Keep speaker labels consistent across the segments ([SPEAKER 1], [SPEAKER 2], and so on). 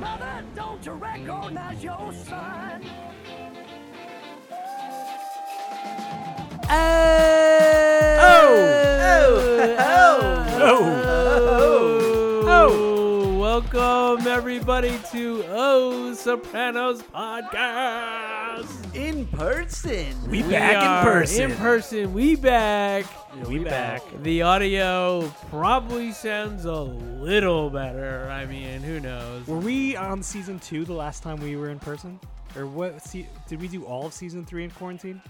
[SPEAKER 1] Mother, don't you recognize your son?
[SPEAKER 2] Oh, welcome everybody to O Sopranos podcast.
[SPEAKER 3] in person.
[SPEAKER 4] We back in
[SPEAKER 2] are
[SPEAKER 4] person.
[SPEAKER 2] In person, we back.
[SPEAKER 4] we back.
[SPEAKER 2] The audio probably sounds a little better. I mean, who knows?
[SPEAKER 5] Were we on season two the last time we were in person? Or what? Se- did we do all of season three in quarantine?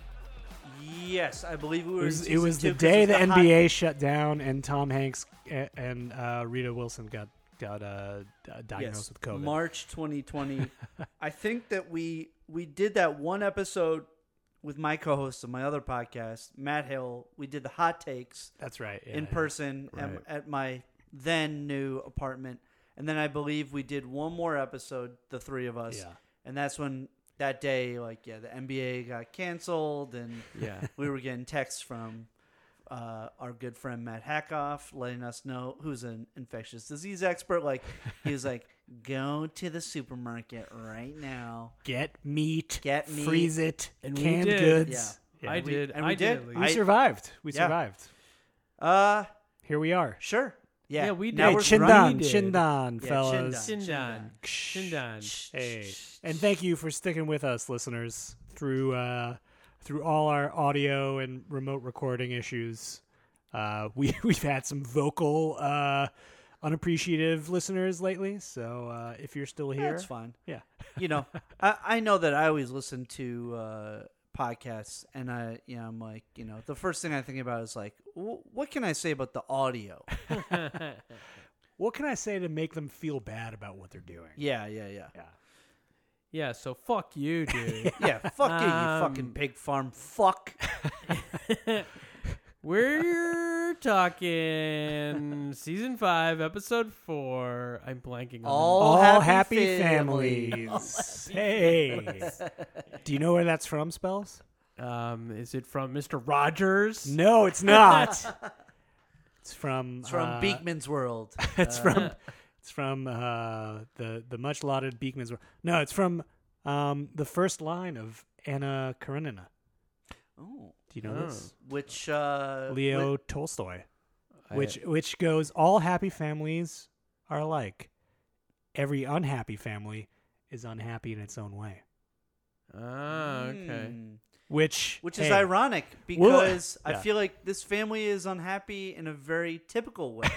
[SPEAKER 3] Yes, I believe we
[SPEAKER 5] It
[SPEAKER 3] were.
[SPEAKER 5] was,
[SPEAKER 3] in
[SPEAKER 5] it was
[SPEAKER 3] season
[SPEAKER 5] the
[SPEAKER 3] two 'cause it
[SPEAKER 5] day
[SPEAKER 3] was
[SPEAKER 5] the,
[SPEAKER 3] hot-
[SPEAKER 5] NBA shut down and Tom Hanks and, and uh, Rita Wilson got got uh, d- diagnosed
[SPEAKER 3] yes,
[SPEAKER 5] with COVID.
[SPEAKER 3] March 2020. I think that we we did that one episode with my co-host of my other podcast, Matt Hill. We did the hot takes
[SPEAKER 5] That's right. yeah,
[SPEAKER 3] in
[SPEAKER 5] yeah.
[SPEAKER 3] person
[SPEAKER 5] Right.
[SPEAKER 3] at, at my then new apartment, and then I believe we did one more episode, the three of us,
[SPEAKER 5] Yeah.
[SPEAKER 3] and that's when that day, like yeah, the NBA got canceled and.
[SPEAKER 5] Yeah.
[SPEAKER 3] we were getting texts from uh, our good friend Matt Hackoff letting us know who's an infectious disease expert. Like he was like, "Go to the supermarket right now."
[SPEAKER 5] Get meat.
[SPEAKER 3] Get meat.
[SPEAKER 5] Freeze it.
[SPEAKER 2] And we
[SPEAKER 5] canned
[SPEAKER 2] did.
[SPEAKER 5] goods.
[SPEAKER 3] Yeah.
[SPEAKER 2] I
[SPEAKER 3] We-
[SPEAKER 2] did.
[SPEAKER 3] and
[SPEAKER 2] I
[SPEAKER 3] we did.
[SPEAKER 2] at least.
[SPEAKER 5] We
[SPEAKER 3] I-
[SPEAKER 5] survived. We
[SPEAKER 3] Yeah.
[SPEAKER 5] survived.
[SPEAKER 3] Uh,
[SPEAKER 5] Here we are.
[SPEAKER 3] sure. Yeah,
[SPEAKER 2] Yeah, we
[SPEAKER 3] Now
[SPEAKER 2] did.
[SPEAKER 3] we're
[SPEAKER 2] Chin
[SPEAKER 3] chin
[SPEAKER 2] down.
[SPEAKER 5] Chindan,
[SPEAKER 2] We did.
[SPEAKER 5] Chindan,
[SPEAKER 3] Yeah,
[SPEAKER 5] fellas.
[SPEAKER 3] Chindan.
[SPEAKER 2] Shindan. Shindan.
[SPEAKER 5] Hey, and thank you for sticking with us, listeners, through uh, through all our audio and remote recording issues. Uh, we we've had some vocal, uh, unappreciative listeners lately. So uh, if you're still here,
[SPEAKER 3] That's fine.
[SPEAKER 5] Yeah,
[SPEAKER 3] You know, I, I know that I always listen to uh, podcasts, and I, you know, I'm like, you know, the first thing I think about is like, wh- what can I say about the audio?
[SPEAKER 5] what can I say to make them feel bad about what they're doing?
[SPEAKER 3] Yeah, yeah, yeah,
[SPEAKER 5] Yeah.
[SPEAKER 2] Yeah, so fuck you, dude.
[SPEAKER 3] yeah. Fuck you, you
[SPEAKER 2] Um,
[SPEAKER 3] fucking pig farm. Fuck.
[SPEAKER 2] We're talking season five, episode four. I'm blanking on the
[SPEAKER 3] All
[SPEAKER 5] All
[SPEAKER 3] happy
[SPEAKER 5] happy,
[SPEAKER 3] family.
[SPEAKER 5] families. hey, do you know where that's from, spells?
[SPEAKER 2] Um, is it from Mr. Rogers?
[SPEAKER 5] No, it's not. it's from
[SPEAKER 3] It's from
[SPEAKER 5] uh,
[SPEAKER 3] Beekman's World.
[SPEAKER 5] it's from
[SPEAKER 3] Uh-huh.
[SPEAKER 5] it's from uh, the the much lauded Beekman's. World. No, it's from um, the first line of Anna Karenina.
[SPEAKER 3] Oh,
[SPEAKER 5] Do you know this?
[SPEAKER 3] which uh,
[SPEAKER 5] Leo
[SPEAKER 3] wi-
[SPEAKER 5] Tolstoy, which which goes all happy families are alike. Every unhappy family is unhappy in its own way.
[SPEAKER 2] Ah, okay.
[SPEAKER 3] Hmm.
[SPEAKER 5] Which
[SPEAKER 3] Which is
[SPEAKER 5] hey,
[SPEAKER 3] ironic
[SPEAKER 5] Well,
[SPEAKER 3] because I
[SPEAKER 5] yeah.
[SPEAKER 3] feel like this family is unhappy in a very typical way.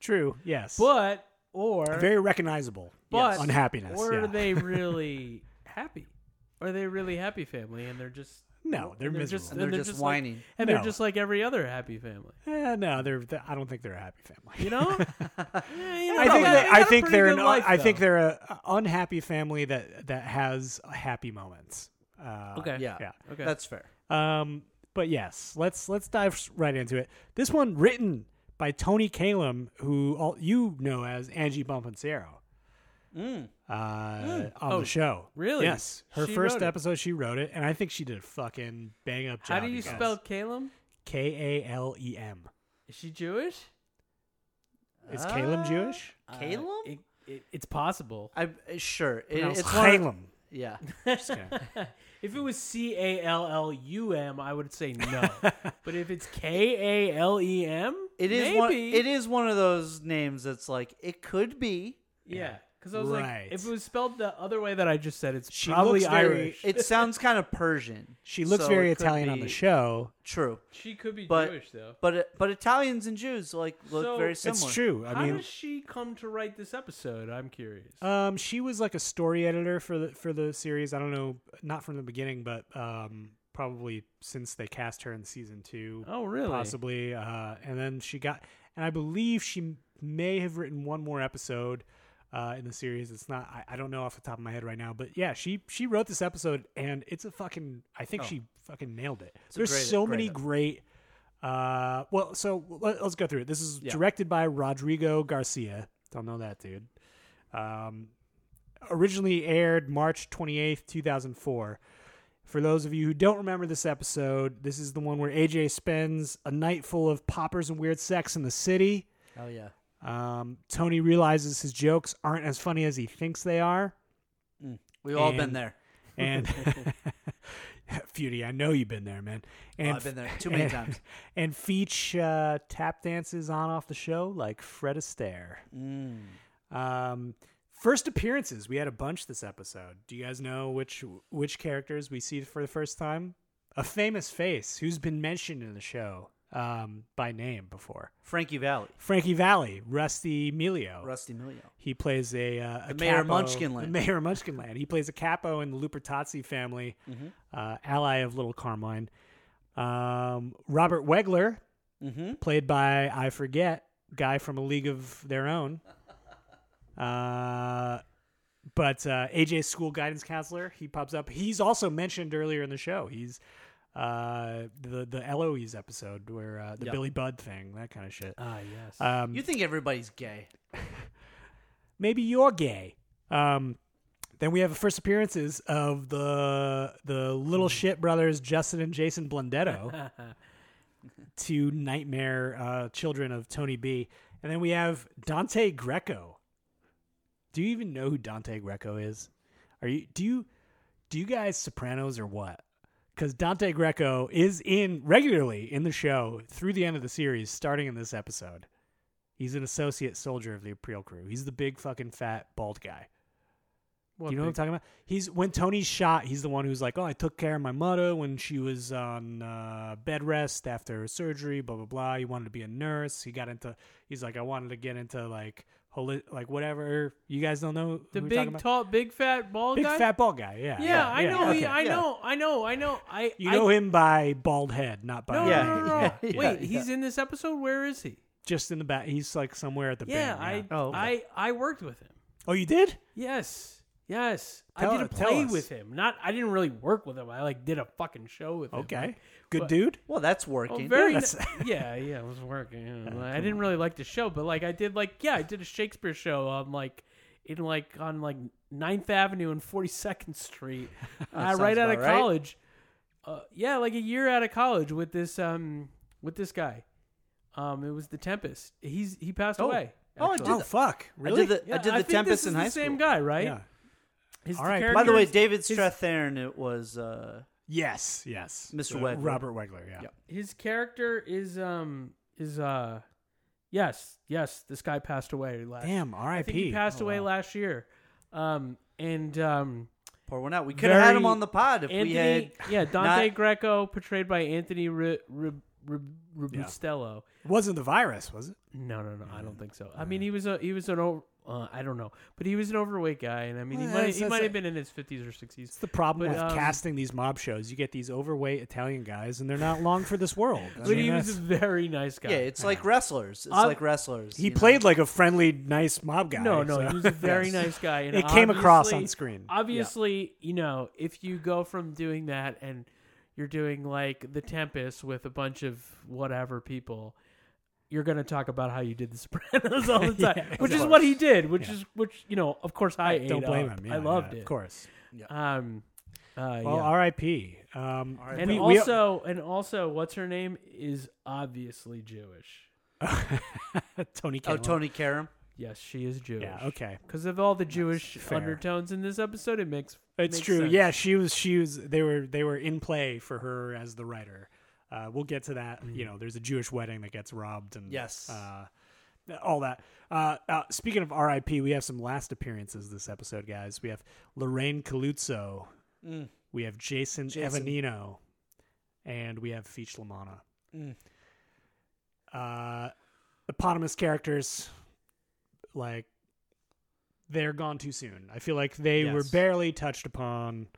[SPEAKER 5] True. Yes.
[SPEAKER 2] But or
[SPEAKER 5] Hmm. very recognizable.
[SPEAKER 2] but
[SPEAKER 5] unhappiness.
[SPEAKER 2] Or
[SPEAKER 5] yeah.
[SPEAKER 2] are they really happy? Are they really happy family? And they're just
[SPEAKER 5] No, they're
[SPEAKER 2] and they're
[SPEAKER 5] miserable.
[SPEAKER 2] just
[SPEAKER 3] And they're just
[SPEAKER 2] like-
[SPEAKER 3] whining.
[SPEAKER 2] and they're
[SPEAKER 5] No.
[SPEAKER 2] just like every other happy family.
[SPEAKER 5] Eh, no, they're, they I don't think they're a happy family.
[SPEAKER 2] You know? Yeah, you
[SPEAKER 5] I
[SPEAKER 2] know,
[SPEAKER 5] think
[SPEAKER 2] they
[SPEAKER 5] they,
[SPEAKER 2] got
[SPEAKER 5] I
[SPEAKER 2] a
[SPEAKER 5] think
[SPEAKER 2] pretty
[SPEAKER 5] they're
[SPEAKER 2] good
[SPEAKER 5] an uh,
[SPEAKER 2] life,
[SPEAKER 5] I think
[SPEAKER 2] though.
[SPEAKER 5] they're a unhappy family that that has happy moments. Uh,
[SPEAKER 2] Okay.
[SPEAKER 3] yeah,
[SPEAKER 5] Yeah.
[SPEAKER 2] Okay.
[SPEAKER 3] that's fair.
[SPEAKER 5] Um, but yes, let's let's dive s- right into it. This one written by Tony Kalem, who all, you know as Angie Bonpansero. Uh, on
[SPEAKER 2] Mm. Oh,
[SPEAKER 5] the show,
[SPEAKER 2] really?
[SPEAKER 5] Yes, her
[SPEAKER 2] She
[SPEAKER 5] first
[SPEAKER 2] wrote it.
[SPEAKER 5] episode, she wrote it, and I think she did a fucking bang up job.
[SPEAKER 2] How do you
[SPEAKER 5] guys.
[SPEAKER 2] spell Caleb?
[SPEAKER 5] K A L E M.
[SPEAKER 2] Is she Jewish?
[SPEAKER 5] Is
[SPEAKER 3] Uh,
[SPEAKER 2] Ah.
[SPEAKER 5] Caleb Jewish?
[SPEAKER 3] Caleb?
[SPEAKER 2] It, it, it's possible.
[SPEAKER 3] I uh, sure. It,
[SPEAKER 5] Pronounced
[SPEAKER 3] it's one of-
[SPEAKER 5] Calum.
[SPEAKER 3] Yeah.
[SPEAKER 2] if it was C A L L U M, I would say no. but if it's K A L E M,
[SPEAKER 3] It is
[SPEAKER 2] maybe.
[SPEAKER 3] one. It is one of those names that's like it could be.
[SPEAKER 2] Yeah, because I was
[SPEAKER 5] Right.
[SPEAKER 2] like, if it was spelled the other way that I just said, it's
[SPEAKER 5] She
[SPEAKER 2] probably
[SPEAKER 5] looks very-
[SPEAKER 2] Irish.
[SPEAKER 3] It sounds kind of Persian.
[SPEAKER 5] She looks
[SPEAKER 3] so
[SPEAKER 5] very
[SPEAKER 3] it could
[SPEAKER 5] Italian on
[SPEAKER 3] be-
[SPEAKER 5] the show.
[SPEAKER 3] True,
[SPEAKER 2] she could be
[SPEAKER 3] but
[SPEAKER 2] Jewish though.
[SPEAKER 3] but but Italians and Jews like look
[SPEAKER 2] So-
[SPEAKER 3] very
[SPEAKER 2] It's
[SPEAKER 3] similar.
[SPEAKER 5] It's true. I
[SPEAKER 2] How
[SPEAKER 5] mean,
[SPEAKER 2] does she come to write this episode? I'm curious.
[SPEAKER 5] Um, she was like a story editor for the for the series. I don't know, not from the beginning, but um, probably since they cast her in season two,
[SPEAKER 2] oh, really?
[SPEAKER 5] possibly. Uh, and then she got, and I believe she m- may have written one more episode uh, in the series. It's not, I, I don't know off the top of my head right now, but yeah, she she wrote this episode, and it's a fucking. I think she fucking nailed it. There's
[SPEAKER 3] great-
[SPEAKER 5] so
[SPEAKER 3] great
[SPEAKER 5] many
[SPEAKER 3] episode.
[SPEAKER 5] great. Uh, well, so let, let's go through it. This is
[SPEAKER 3] Yeah.
[SPEAKER 5] directed by Rodrigo Garcia. Don't know that dude. Um, originally aired March 28th, 2004. For those of you who don't remember this episode, this is the one where AJ spends a night full of poppers and weird sex in the city.
[SPEAKER 3] Oh yeah.
[SPEAKER 5] Um, Tony realizes his jokes aren't as funny as he thinks they are.
[SPEAKER 3] We've all been
[SPEAKER 5] And-
[SPEAKER 3] there.
[SPEAKER 5] And Feudy, I know you've been there, man. And
[SPEAKER 3] Oh, I've been there too many
[SPEAKER 5] and-
[SPEAKER 3] times.
[SPEAKER 5] And Feach uh, tap dances on off the show like Fred Astaire.
[SPEAKER 3] Mm.
[SPEAKER 5] Um, first appearances. We had a bunch this episode. Do you guys know which which characters we see for the first time? A famous face who's been mentioned in the show um, by name before.
[SPEAKER 3] Frankie Valley,
[SPEAKER 5] Frankie Valley, Rusty Melio.
[SPEAKER 3] Rusty Milio.
[SPEAKER 5] He plays a, uh, a
[SPEAKER 3] The mayor of
[SPEAKER 5] capo-
[SPEAKER 3] Munchkinland.
[SPEAKER 5] The mayor of Munchkinland. He plays a capo in the Lupertazzi family,
[SPEAKER 3] Mm-hmm.
[SPEAKER 5] uh, ally of Little Carmine. Um, Robert Wegler,
[SPEAKER 3] Mm-hmm.
[SPEAKER 5] played by I forget guy from A League of Their Own. Uh, but uh, AJ's school guidance counselor, he pops up. He's also mentioned earlier in the show. He's uh, the the Eloise episode where uh, the
[SPEAKER 3] Yep. Oh,
[SPEAKER 5] Billy Budd thing, that kind of shit.
[SPEAKER 2] Ah, yes.
[SPEAKER 5] Um,
[SPEAKER 3] You think everybody's gay?
[SPEAKER 5] maybe you're gay. Um, then we have first appearances of the the little shit brothers Justin and Jason Blundetto, two nightmare uh, children of Tony B. And then we have Dante Greco. Do you even know who Dante Greco is? Are you do you do you guys Sopranos or what? Because Dante Greco is in regularly in the show through the end of the series, starting in this episode. He's an associate soldier of the April crew. He's the big fucking fat bald guy. Do you know what I'm talking about? He's when Tony's shot, he's the one who's like, "Oh, I took care of my mother when she was on uh, bed rest after surgery, blah blah blah. He wanted to be a nurse. He got into he's like, I wanted to get into like holi- like whatever. You guys don't know
[SPEAKER 2] the
[SPEAKER 5] who we're talking
[SPEAKER 2] big,
[SPEAKER 5] about?
[SPEAKER 2] tall, big, fat, bald
[SPEAKER 5] big
[SPEAKER 2] guy.
[SPEAKER 5] fat bald guy. Yeah.
[SPEAKER 2] yeah, I know. he,
[SPEAKER 5] okay.
[SPEAKER 2] I know. I know. I know. I.
[SPEAKER 5] You
[SPEAKER 2] I-
[SPEAKER 5] know him by bald head, not by
[SPEAKER 2] No,
[SPEAKER 3] Yeah.
[SPEAKER 2] no, no, no,
[SPEAKER 3] Yeah,
[SPEAKER 2] no.
[SPEAKER 3] yeah,
[SPEAKER 2] Wait,
[SPEAKER 3] yeah.
[SPEAKER 2] he's in this episode. Where is he?
[SPEAKER 5] just in the back. He's like somewhere at the
[SPEAKER 2] Yeah,
[SPEAKER 5] band,
[SPEAKER 2] I,
[SPEAKER 3] Oh, okay.
[SPEAKER 2] I, I worked with him.
[SPEAKER 5] oh, you did?
[SPEAKER 2] Yes, yes.
[SPEAKER 5] Tell-
[SPEAKER 2] I did a
[SPEAKER 5] tell
[SPEAKER 2] play
[SPEAKER 5] us.
[SPEAKER 2] with him. Not, I didn't really work with him. I like did a fucking show with him.
[SPEAKER 5] Okay,
[SPEAKER 2] Like,
[SPEAKER 5] good
[SPEAKER 2] But-
[SPEAKER 5] dude.
[SPEAKER 3] Well, that's
[SPEAKER 2] Oh,
[SPEAKER 3] working.
[SPEAKER 2] very.
[SPEAKER 5] that's-
[SPEAKER 2] ni- yeah, yeah, it was working. you know. I didn't really like the show, but like I did, like yeah, I did a Shakespeare show on like in like on like 9th Avenue and Forty Second Street, uh, right
[SPEAKER 3] sounds
[SPEAKER 2] out
[SPEAKER 3] about
[SPEAKER 2] of
[SPEAKER 3] right.
[SPEAKER 2] college. Uh, yeah, like a year out of college with this um with this guy. Um, it was the Tempest. He's he passed
[SPEAKER 3] Oh.
[SPEAKER 2] away.
[SPEAKER 3] Oh, I
[SPEAKER 2] actually.
[SPEAKER 3] did
[SPEAKER 5] Oh
[SPEAKER 3] the-
[SPEAKER 5] fuck,
[SPEAKER 3] I
[SPEAKER 5] really?
[SPEAKER 3] did the I
[SPEAKER 2] Yeah,
[SPEAKER 3] did the
[SPEAKER 2] think this
[SPEAKER 3] Tempest
[SPEAKER 2] is
[SPEAKER 3] in
[SPEAKER 2] the
[SPEAKER 3] high
[SPEAKER 2] Same
[SPEAKER 3] school.
[SPEAKER 2] guy, right?
[SPEAKER 5] Yeah.
[SPEAKER 2] His
[SPEAKER 5] All right.
[SPEAKER 3] By the way,
[SPEAKER 2] character's-
[SPEAKER 3] David
[SPEAKER 2] his-
[SPEAKER 3] Strathairn it was uh,
[SPEAKER 5] Yes, yes.
[SPEAKER 3] Mr.
[SPEAKER 5] Uh,
[SPEAKER 3] Wegler.
[SPEAKER 5] Robert Wegler, yeah.
[SPEAKER 3] Yeah.
[SPEAKER 2] his character is um is uh yes yes this guy passed away last
[SPEAKER 5] Damn,
[SPEAKER 2] I think he
[SPEAKER 5] R.I.P.
[SPEAKER 2] passed away last year um and um
[SPEAKER 3] pour one out. We could have had him
[SPEAKER 2] Very-
[SPEAKER 3] on the pod if we had.
[SPEAKER 2] Anthony yeah Dante
[SPEAKER 3] not-
[SPEAKER 2] Greco portrayed by Anthony Ri- Ri- Ri- Robustello
[SPEAKER 5] It wasn't the virus, was it?
[SPEAKER 2] no no no I don't think so I mean he was a he was an over, uh, I don't know but he was an overweight guy and I mean he
[SPEAKER 5] Well,
[SPEAKER 2] might
[SPEAKER 5] that's-
[SPEAKER 2] he
[SPEAKER 5] that's
[SPEAKER 2] might
[SPEAKER 5] a-
[SPEAKER 2] have been in his fifties or sixties
[SPEAKER 5] It's the problem
[SPEAKER 2] But,
[SPEAKER 5] with
[SPEAKER 2] um,
[SPEAKER 5] casting these mob shows. You get these overweight Italian guys, and they're not long for this world. I
[SPEAKER 2] but
[SPEAKER 5] mean,
[SPEAKER 2] he was a
[SPEAKER 5] that's-
[SPEAKER 2] very nice guy
[SPEAKER 3] Yeah, it's like wrestlers. It's
[SPEAKER 2] Um,
[SPEAKER 3] like wrestlers.
[SPEAKER 5] he
[SPEAKER 3] you know?
[SPEAKER 5] played like a friendly, nice mob guy.
[SPEAKER 2] No, no,
[SPEAKER 5] so-
[SPEAKER 2] he was a very
[SPEAKER 3] Yes.
[SPEAKER 2] nice guy. And
[SPEAKER 5] It came across on
[SPEAKER 2] obviously-
[SPEAKER 5] screen.
[SPEAKER 2] Obviously, you know, if you go from doing that and you're doing like The Tempest with a bunch of whatever people, you're going to talk about how you did The Sopranos all the time, which is what he did. Which is which, you know, of course, I ate
[SPEAKER 5] Don't blame
[SPEAKER 2] up.
[SPEAKER 5] him. yeah,
[SPEAKER 2] I loved
[SPEAKER 5] yeah,
[SPEAKER 2] it.
[SPEAKER 5] Of course.
[SPEAKER 2] Um, Uh,
[SPEAKER 5] Well,
[SPEAKER 2] yeah.
[SPEAKER 5] R.I.P. Um,
[SPEAKER 2] and
[SPEAKER 5] we- we-
[SPEAKER 2] also, and also, what's her name is obviously Jewish.
[SPEAKER 5] Tony.
[SPEAKER 3] Oh,
[SPEAKER 5] Kalen.
[SPEAKER 3] Tony Karam.
[SPEAKER 2] Yes, she is Jewish.
[SPEAKER 5] Yeah. Okay.
[SPEAKER 2] Because of all the Jewish
[SPEAKER 5] fair.
[SPEAKER 2] undertones in this episode, it makes
[SPEAKER 5] It's
[SPEAKER 2] makes
[SPEAKER 5] true.
[SPEAKER 2] sense.
[SPEAKER 5] Yeah, she was. She was. They were. They were in play for her as the writer. Uh, we'll get to that. You know, there's a Jewish wedding that gets robbed and
[SPEAKER 3] Yes.
[SPEAKER 5] uh, all that. Uh, uh, speaking of R.I.P., we have some last appearances this episode, guys. We have Lorraine Caluzzo. We have Jason,
[SPEAKER 3] Jason.
[SPEAKER 5] Evanino, and we have Feach Lamana. Uh, eponymous characters, like they're gone too soon. I feel like they were
[SPEAKER 3] Yes.
[SPEAKER 5] barely touched upon.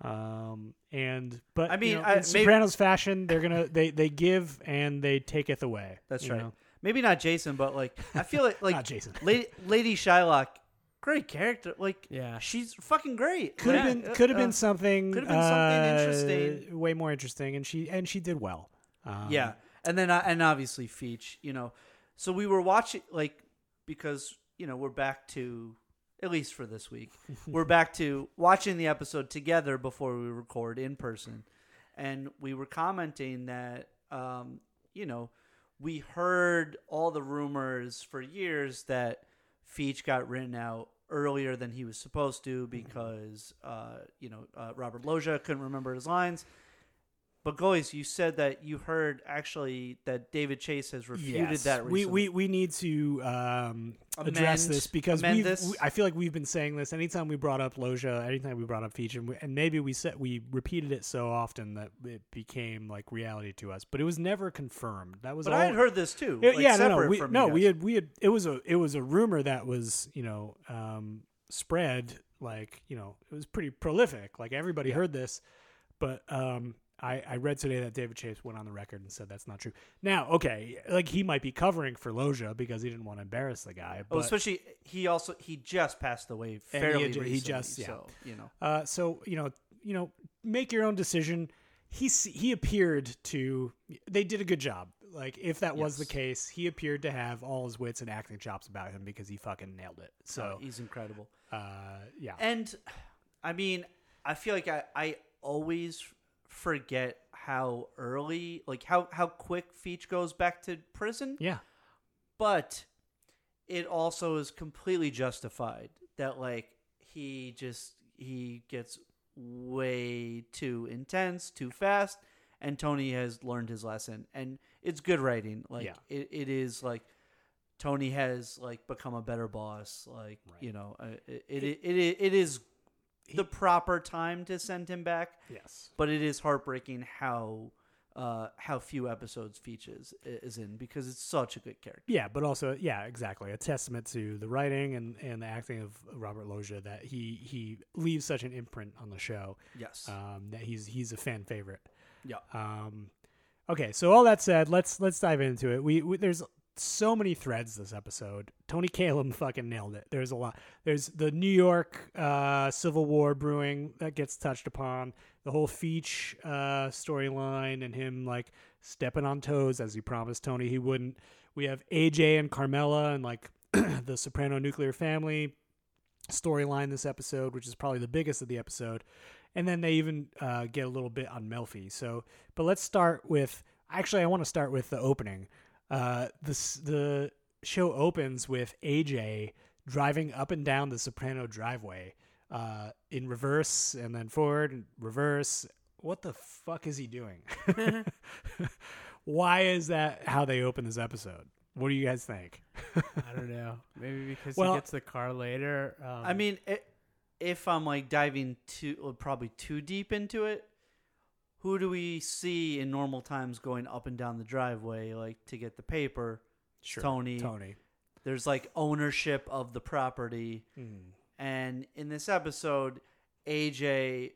[SPEAKER 5] Um, and but
[SPEAKER 3] I mean,
[SPEAKER 5] you know,
[SPEAKER 3] I-
[SPEAKER 5] in
[SPEAKER 3] maybe-
[SPEAKER 5] Sopranos fashion, they're gonna they they give and they taketh away.
[SPEAKER 3] That's
[SPEAKER 5] you
[SPEAKER 3] right.
[SPEAKER 5] know?
[SPEAKER 3] Maybe not Jason, but like I feel like like
[SPEAKER 5] Not Jason.
[SPEAKER 3] Lady, Lady Shylock, great character. Like
[SPEAKER 2] Yeah.
[SPEAKER 3] she's fucking great.
[SPEAKER 5] Could have
[SPEAKER 3] Like,
[SPEAKER 5] been
[SPEAKER 3] uh,
[SPEAKER 5] could have
[SPEAKER 3] uh,
[SPEAKER 5] been something uh,
[SPEAKER 3] could have been something interesting.
[SPEAKER 5] way more interesting, and she and she did well. Um,
[SPEAKER 3] yeah, and then uh, and obviously Feach. You know, so we were watching like because you know we're back to at least for this week we're back to watching the episode together before we record in person, and we were commenting that um, you know we heard all the rumors for years that Feach got written out earlier than he was supposed to
[SPEAKER 5] Mm-hmm.
[SPEAKER 3] because uh, you know uh, Robert Loja couldn't remember his lines. But Goys, you said that you heard actually that David Chase has refuted
[SPEAKER 5] Yes.
[SPEAKER 3] that recently.
[SPEAKER 5] We, we we need to um, address
[SPEAKER 3] Amend-
[SPEAKER 5] this because
[SPEAKER 3] amend
[SPEAKER 5] we've,
[SPEAKER 3] this.
[SPEAKER 5] we- I feel like we've been saying this anytime we brought up Loja, anytime we brought up Feach, and, we, and maybe we said we repeated it so often that it became like reality to us, but it was never confirmed. That was
[SPEAKER 3] but
[SPEAKER 5] all,
[SPEAKER 3] I had heard this too.
[SPEAKER 5] Yeah,
[SPEAKER 3] like,
[SPEAKER 5] yeah, no, no,
[SPEAKER 3] separate
[SPEAKER 5] we,
[SPEAKER 3] from
[SPEAKER 5] no,
[SPEAKER 3] you
[SPEAKER 5] we
[SPEAKER 3] guys.
[SPEAKER 5] had, we had, it was a, it was a rumor that was, you know, um, spread like, you know, it was pretty prolific. Like everybody heard this, but um, I, I read today that David Chase went on the record and said that's not true. Now, okay, like he might be covering for Loja because he didn't want to embarrass the guy. But,
[SPEAKER 3] Oh, especially he also he just passed away
[SPEAKER 5] he
[SPEAKER 3] fairly
[SPEAKER 5] had ju-
[SPEAKER 3] recently.
[SPEAKER 5] he just- yeah.
[SPEAKER 3] So you know,
[SPEAKER 5] Uh, so you know, you know, make your own decision. He s- he appeared to. They did a good job. Like if that was the
[SPEAKER 3] Yes.
[SPEAKER 5] case, he appeared to have all his wits and acting chops about him because he fucking nailed it. So
[SPEAKER 3] he's incredible.
[SPEAKER 5] uh, yeah,
[SPEAKER 3] Oh, And I mean, I feel like I, I always forget how early, like how how quick Feach goes back to prison.
[SPEAKER 5] yeah,
[SPEAKER 3] but it also is completely justified that like he just he gets way too intense too fast and tony has learned his lesson and it's good writing like
[SPEAKER 5] Yeah.
[SPEAKER 3] it, it is like tony has like become a better boss like you know uh, it, it, it, it, it is the proper time to send him back
[SPEAKER 5] yes,
[SPEAKER 3] but it is heartbreaking how uh, how few episodes features i- is in because it's such a good character.
[SPEAKER 5] yeah. But also, yeah, exactly. A testament to the writing and and the acting of Robert Loja that he he leaves such an imprint on the show.
[SPEAKER 3] Yes.
[SPEAKER 2] Uh,
[SPEAKER 5] um, that he's he's a fan favorite.
[SPEAKER 3] Yeah.
[SPEAKER 5] Um, okay, so all that said, let's let's dive into it. We, we there's so many threads this episode. Tony Kalem fucking nailed it. There's a lot. There's the New York uh, Civil War brewing that gets touched upon. The whole Feach uh, storyline and him like stepping on toes as he promised Tony he wouldn't. We have AJ and Carmela and like the Soprano nuclear family storyline this episode, which is probably the biggest of the episode. And then they even uh, get a little bit on Melfi. So, but let's start with actually, I want to start with the opening. Uh, this the show opens with AJ driving up and down the Soprano driveway uh, in reverse and then forward and reverse. What the fuck is he doing? Why is that how they open this episode? What do you guys think?
[SPEAKER 2] I don't know. Maybe because
[SPEAKER 5] Well-
[SPEAKER 2] he gets the car later. Um,
[SPEAKER 3] I mean, i if I'm like diving too, well, probably too deep into it, who do we see in normal times going up and down the driveway, like to get the paper? Tony.
[SPEAKER 5] Tony.
[SPEAKER 3] There's like ownership of the property.
[SPEAKER 2] Mm,
[SPEAKER 3] And in this episode, AJ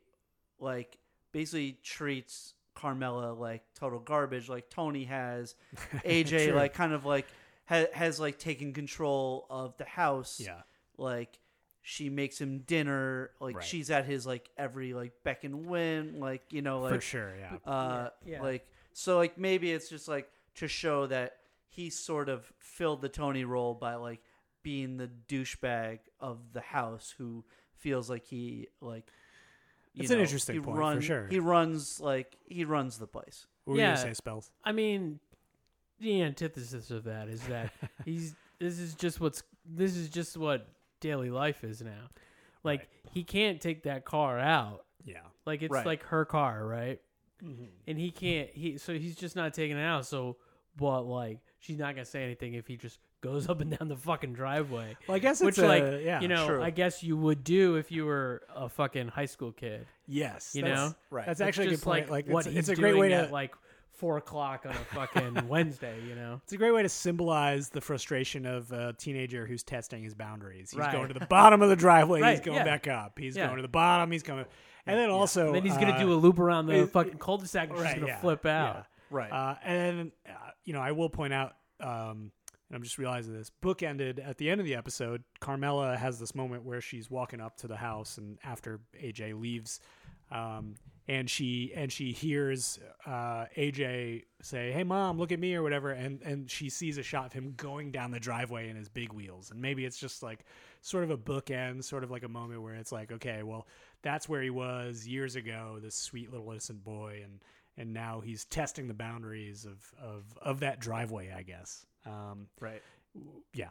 [SPEAKER 3] like basically treats Carmela like total garbage, like Tony has. AJ
[SPEAKER 5] True.
[SPEAKER 3] like kind of like ha- has like taken control of the house.
[SPEAKER 5] Yeah.
[SPEAKER 3] Like she makes him dinner. Like
[SPEAKER 5] Right.
[SPEAKER 3] she's at his like every like beck and win. Like you know like
[SPEAKER 5] For sure, yeah.
[SPEAKER 3] uh,
[SPEAKER 2] Yeah, yeah.
[SPEAKER 3] like so like maybe it's just like to show that he sort of filled the Tony role by like being the douchebag of the house who feels like he like you
[SPEAKER 5] It's an
[SPEAKER 3] know,
[SPEAKER 5] interesting
[SPEAKER 3] he
[SPEAKER 5] point, for
[SPEAKER 3] run-
[SPEAKER 5] sure.
[SPEAKER 3] He runs like he runs the place.
[SPEAKER 5] What were you
[SPEAKER 2] Yeah.
[SPEAKER 5] gonna say, spells?
[SPEAKER 2] I mean, the antithesis of that is that he's this is just what's this is just what daily life is now. Like he can't take that car out.
[SPEAKER 5] Yeah.
[SPEAKER 2] Like it's
[SPEAKER 3] Right.
[SPEAKER 2] like her car, right?
[SPEAKER 5] Mm-hmm.
[SPEAKER 2] And he can't. He so he's just not taking it out. So, but like she's not gonna say anything if he just goes up and down the fucking driveway.
[SPEAKER 5] Well, I guess it's
[SPEAKER 2] Which,
[SPEAKER 5] a-
[SPEAKER 2] like,
[SPEAKER 5] yeah,
[SPEAKER 2] you know,
[SPEAKER 3] true.
[SPEAKER 2] I guess you would do if you were a fucking high school kid.
[SPEAKER 5] Yes.
[SPEAKER 2] You
[SPEAKER 5] that's-
[SPEAKER 2] know?
[SPEAKER 3] Right.
[SPEAKER 5] That's
[SPEAKER 2] It's
[SPEAKER 5] actually a good
[SPEAKER 2] just,
[SPEAKER 5] point. Like,
[SPEAKER 2] what
[SPEAKER 5] it's,
[SPEAKER 2] he's
[SPEAKER 5] it's a great
[SPEAKER 2] doing
[SPEAKER 5] way to
[SPEAKER 2] at like four o'clock on a fucking Wednesday. You know,
[SPEAKER 5] It's a great way to symbolize the frustration of a teenager who's testing his boundaries. He's
[SPEAKER 2] Right.
[SPEAKER 5] going to the bottom of the driveway. He's
[SPEAKER 2] Right,
[SPEAKER 5] going
[SPEAKER 2] yeah.
[SPEAKER 5] back up. He's
[SPEAKER 2] Yeah.
[SPEAKER 5] going to the bottom. He's coming. And then also,
[SPEAKER 2] then he's gonna
[SPEAKER 5] uh,
[SPEAKER 2] do a loop around the
[SPEAKER 5] it-
[SPEAKER 2] fucking cul-de-sac and she's
[SPEAKER 5] right,
[SPEAKER 2] gonna
[SPEAKER 5] yeah,
[SPEAKER 2] flip out.
[SPEAKER 5] yeah.
[SPEAKER 3] Right.
[SPEAKER 5] Uh, and uh, you know, I will point out, um, and I'm just realizing this book ended at the end of the episode. Carmela has this moment where she's walking up to the house, and after AJ leaves, um, and she and she hears uh, AJ say, "Hey, mom, look at me" or whatever, and and she sees a shot of him going down the driveway in his big wheels, and maybe it's just like sort of a bookend, sort of like a moment where it's like, okay, well, that's where he was years ago, this sweet little innocent boy, and and now he's testing the boundaries of of of that driveway, I guess. Um,
[SPEAKER 3] right.
[SPEAKER 5] yeah.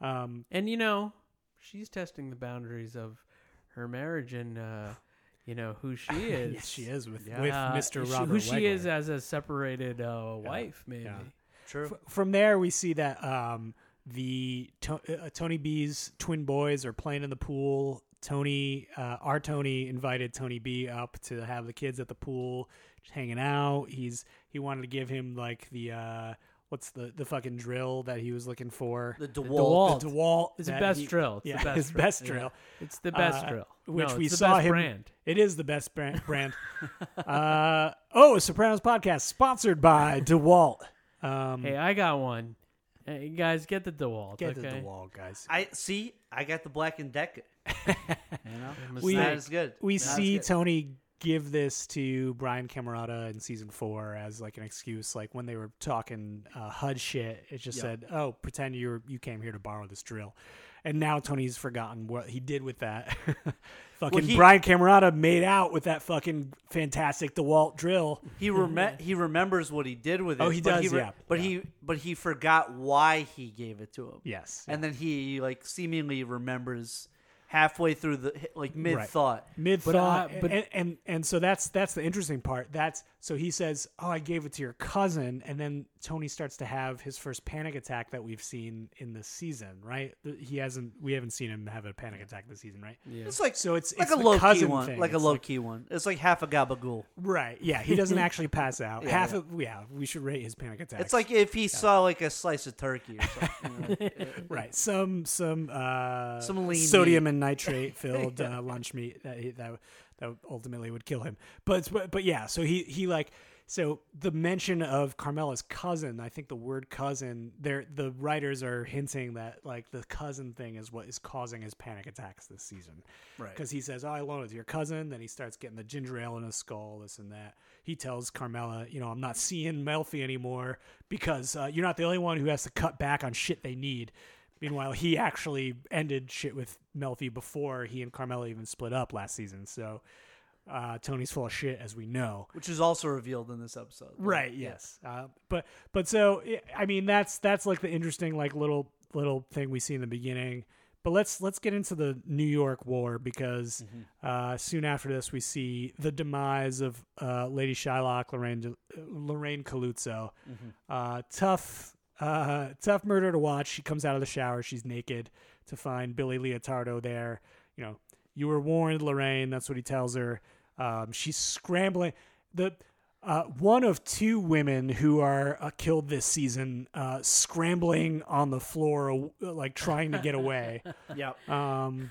[SPEAKER 5] Um,
[SPEAKER 2] And you know, she's testing the boundaries of her marriage and uh, you know who she is.
[SPEAKER 5] yes, she is with
[SPEAKER 3] Yeah.
[SPEAKER 5] with
[SPEAKER 2] Uh,
[SPEAKER 5] Mr.
[SPEAKER 2] she-
[SPEAKER 5] Robert.
[SPEAKER 2] who she
[SPEAKER 5] Wegler.
[SPEAKER 2] is uh, as a separated uh, wife, maybe.
[SPEAKER 5] yeah.
[SPEAKER 3] True.
[SPEAKER 5] F- from there we see that um, the to- uh, Tony B's twin boys are playing in the pool. Tony, uh, our Tony, invited Tony B up to have the kids at the pool, just hanging out. He's he wanted to give him like the uh, what's the the fucking drill that he was looking for.
[SPEAKER 3] the
[SPEAKER 2] DeWalt.
[SPEAKER 3] DeWalt.
[SPEAKER 5] The DeWalt.
[SPEAKER 2] It's the
[SPEAKER 5] that
[SPEAKER 2] best
[SPEAKER 5] he-
[SPEAKER 2] drill. It's the
[SPEAKER 5] yeah,
[SPEAKER 2] best
[SPEAKER 5] his
[SPEAKER 2] drill.
[SPEAKER 5] best
[SPEAKER 2] Yeah.
[SPEAKER 5] drill.
[SPEAKER 2] It's the best
[SPEAKER 5] uh,
[SPEAKER 2] drill,
[SPEAKER 5] which
[SPEAKER 2] No,
[SPEAKER 5] we
[SPEAKER 2] it's the
[SPEAKER 5] saw
[SPEAKER 2] best
[SPEAKER 5] him.
[SPEAKER 2] brand.
[SPEAKER 5] It is the best brand. brand. uh, oh, Sopranos podcast sponsored by DeWalt. Um,
[SPEAKER 2] Hey, I got one. Hey, guys, get the DeWalt.
[SPEAKER 5] get the
[SPEAKER 2] okay?
[SPEAKER 5] DeWalt guys.
[SPEAKER 3] I see. I got the black and decker. you know,
[SPEAKER 5] We-
[SPEAKER 3] not as good.
[SPEAKER 5] We
[SPEAKER 3] Not as
[SPEAKER 5] see
[SPEAKER 3] good.
[SPEAKER 5] Tony give this to Brian Camerata in season four as like an excuse, like when they were talking uh, HUD shit. It just
[SPEAKER 3] Yeah.
[SPEAKER 5] said, "Oh, pretend you were, you came here to borrow this drill," and now Tony's forgotten what he did with that. fucking
[SPEAKER 3] he-
[SPEAKER 5] Brian Camerata made out with that fucking fantastic DeWalt drill.
[SPEAKER 3] he reme- he remembers what he did with it.
[SPEAKER 5] Oh, he
[SPEAKER 3] but
[SPEAKER 5] does, yeah.
[SPEAKER 3] But
[SPEAKER 5] Yeah.
[SPEAKER 3] he but he forgot why he gave it to him.
[SPEAKER 5] Yes,
[SPEAKER 3] And then he like seemingly remembers halfway through the like mid thought.
[SPEAKER 5] mid
[SPEAKER 2] But,
[SPEAKER 5] thought,
[SPEAKER 2] uh, but-
[SPEAKER 5] and, and and so that's that's the interesting part. That's so he says, "Oh, I gave it to your cousin," and then Tony starts to have his first panic attack that we've seen in this season, right? Th- He hasn't, we haven't seen him have a panic attack this season, right? Yeah.
[SPEAKER 3] It's like
[SPEAKER 5] So it's-
[SPEAKER 3] like
[SPEAKER 5] it's
[SPEAKER 3] a
[SPEAKER 5] the
[SPEAKER 3] low key
[SPEAKER 5] cousin
[SPEAKER 3] one,
[SPEAKER 5] thing.
[SPEAKER 3] like a
[SPEAKER 5] It's
[SPEAKER 3] low
[SPEAKER 5] like-
[SPEAKER 3] key one. It's like half a gabagool.
[SPEAKER 5] Right? Yeah, he doesn't actually pass out. Half of yeah, we should rate his panic attack.
[SPEAKER 3] It's like if he saw like a slice of turkey or something. you know?
[SPEAKER 5] right, some some uh,
[SPEAKER 3] Some lean
[SPEAKER 5] sodium and nitrate filled uh, lunch meat that he, that that ultimately would kill him. But it's- but but yeah, so he he like so the mention of Carmela's cousin, I think the word cousin, there the writers are hinting that like the cousin thing is what is causing his panic attacks this season,
[SPEAKER 3] Right.
[SPEAKER 5] Because he says, "Oh, I loaned it to your cousin," then he starts getting the ginger ale in his skull, this and that. He tells Carmela, "You know, I'm not seeing Melfi anymore because uh, you're not the only one who has to cut back on shit they need." Meanwhile, he actually ended shit with Melfi before he and Carmela even split up last season. So uh, Tony's full of shit, as we know.
[SPEAKER 3] Which is also revealed in this episode.
[SPEAKER 5] Right. Yes. Uh, but but so i- I mean that's that's like the interesting like little little thing we see in the beginning. But let's let's get into the New York War because uh, soon after this we see the demise of uh, Lady Shylock, Lorraine De- Lorraine Caluzzo. Uh, tough uh, tough murder to watch. She comes out of the shower, she's naked, to find Billy Leotardo there. You know, you were warned, Lorraine. That's what he tells her. Um, she's scrambling. The uh, one of two women who are uh, killed this season, uh, scrambling on the floor, uh, like trying to get away,
[SPEAKER 3] Yep.
[SPEAKER 5] um,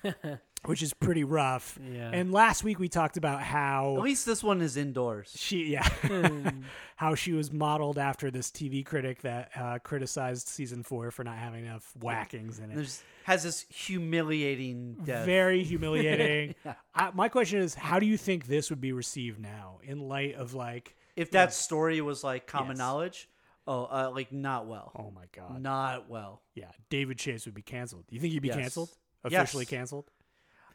[SPEAKER 5] which is pretty rough.
[SPEAKER 2] Yeah.
[SPEAKER 5] And last week we talked about how
[SPEAKER 3] At least this one is indoors.
[SPEAKER 5] she yeah
[SPEAKER 3] Hmm.
[SPEAKER 5] how she was modeled after this tv critic that uh, criticized season four for not having enough whackings in it
[SPEAKER 3] There's has this humiliating death.
[SPEAKER 5] very humiliating I, my question is how do you think this would be received now in light of like
[SPEAKER 3] if that story was like common
[SPEAKER 5] Yes.
[SPEAKER 3] knowledge, oh, uh, like not well.
[SPEAKER 5] oh my god
[SPEAKER 3] Not well.
[SPEAKER 5] yeah david chase would be canceled you think he'd be
[SPEAKER 3] Mm. Yes.
[SPEAKER 5] canceled
[SPEAKER 3] Yes.
[SPEAKER 5] officially canceled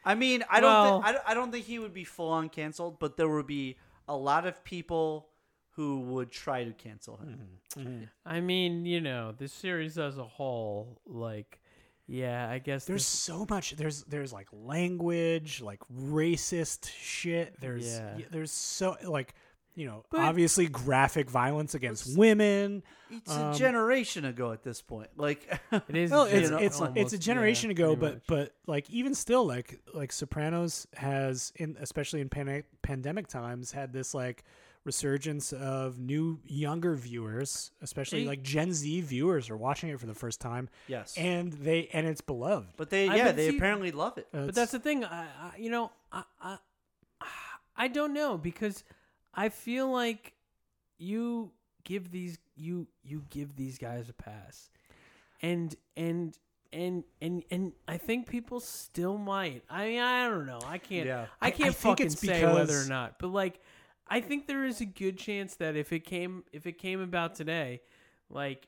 [SPEAKER 3] I mean, I don't,
[SPEAKER 2] Well-
[SPEAKER 3] thi- I don't, I don't think he would be full on canceled, but there would be a lot of people who would try to cancel him.
[SPEAKER 2] I mean, you know, the series as a whole, like, yeah, I guess
[SPEAKER 5] There's
[SPEAKER 2] this-
[SPEAKER 5] so much. There's there's like language, like racist shit. There's
[SPEAKER 2] Yeah.
[SPEAKER 5] y- there's so like you know
[SPEAKER 2] But-
[SPEAKER 5] obviously graphic violence against women.
[SPEAKER 3] It's a generation ago at this point. Like,
[SPEAKER 2] Um, it is.
[SPEAKER 5] Well,
[SPEAKER 2] a
[SPEAKER 5] it's
[SPEAKER 2] gener-
[SPEAKER 5] it's it's
[SPEAKER 2] almost,
[SPEAKER 5] a
[SPEAKER 2] yeah,
[SPEAKER 5] generation ago,
[SPEAKER 2] pretty
[SPEAKER 5] but
[SPEAKER 2] much.
[SPEAKER 5] but like even still, like like Sopranos has in especially in pan- pandemic times had this like resurgence of new younger viewers, especially
[SPEAKER 2] Hey.
[SPEAKER 5] like Gen Z viewers are watching it for the first time,
[SPEAKER 3] yes,
[SPEAKER 5] and they and it's beloved.
[SPEAKER 3] but they,
[SPEAKER 2] I've
[SPEAKER 3] yeah,
[SPEAKER 2] been
[SPEAKER 3] they
[SPEAKER 2] see-
[SPEAKER 3] apparently love it.
[SPEAKER 5] Uh,
[SPEAKER 2] But
[SPEAKER 5] it's-
[SPEAKER 2] that's the thing. I, I you know, I, I, I don't know because I feel like you give these you you give these guys a pass, and and and and and I think people still might. I mean, I don't know. I can't.
[SPEAKER 3] Yeah.
[SPEAKER 5] I-
[SPEAKER 2] I
[SPEAKER 5] I
[SPEAKER 2] can't
[SPEAKER 5] think
[SPEAKER 2] fucking
[SPEAKER 5] it's
[SPEAKER 2] say whether or
[SPEAKER 5] because-
[SPEAKER 2] not. But like, I think there is a good chance that if it came if it came about today, like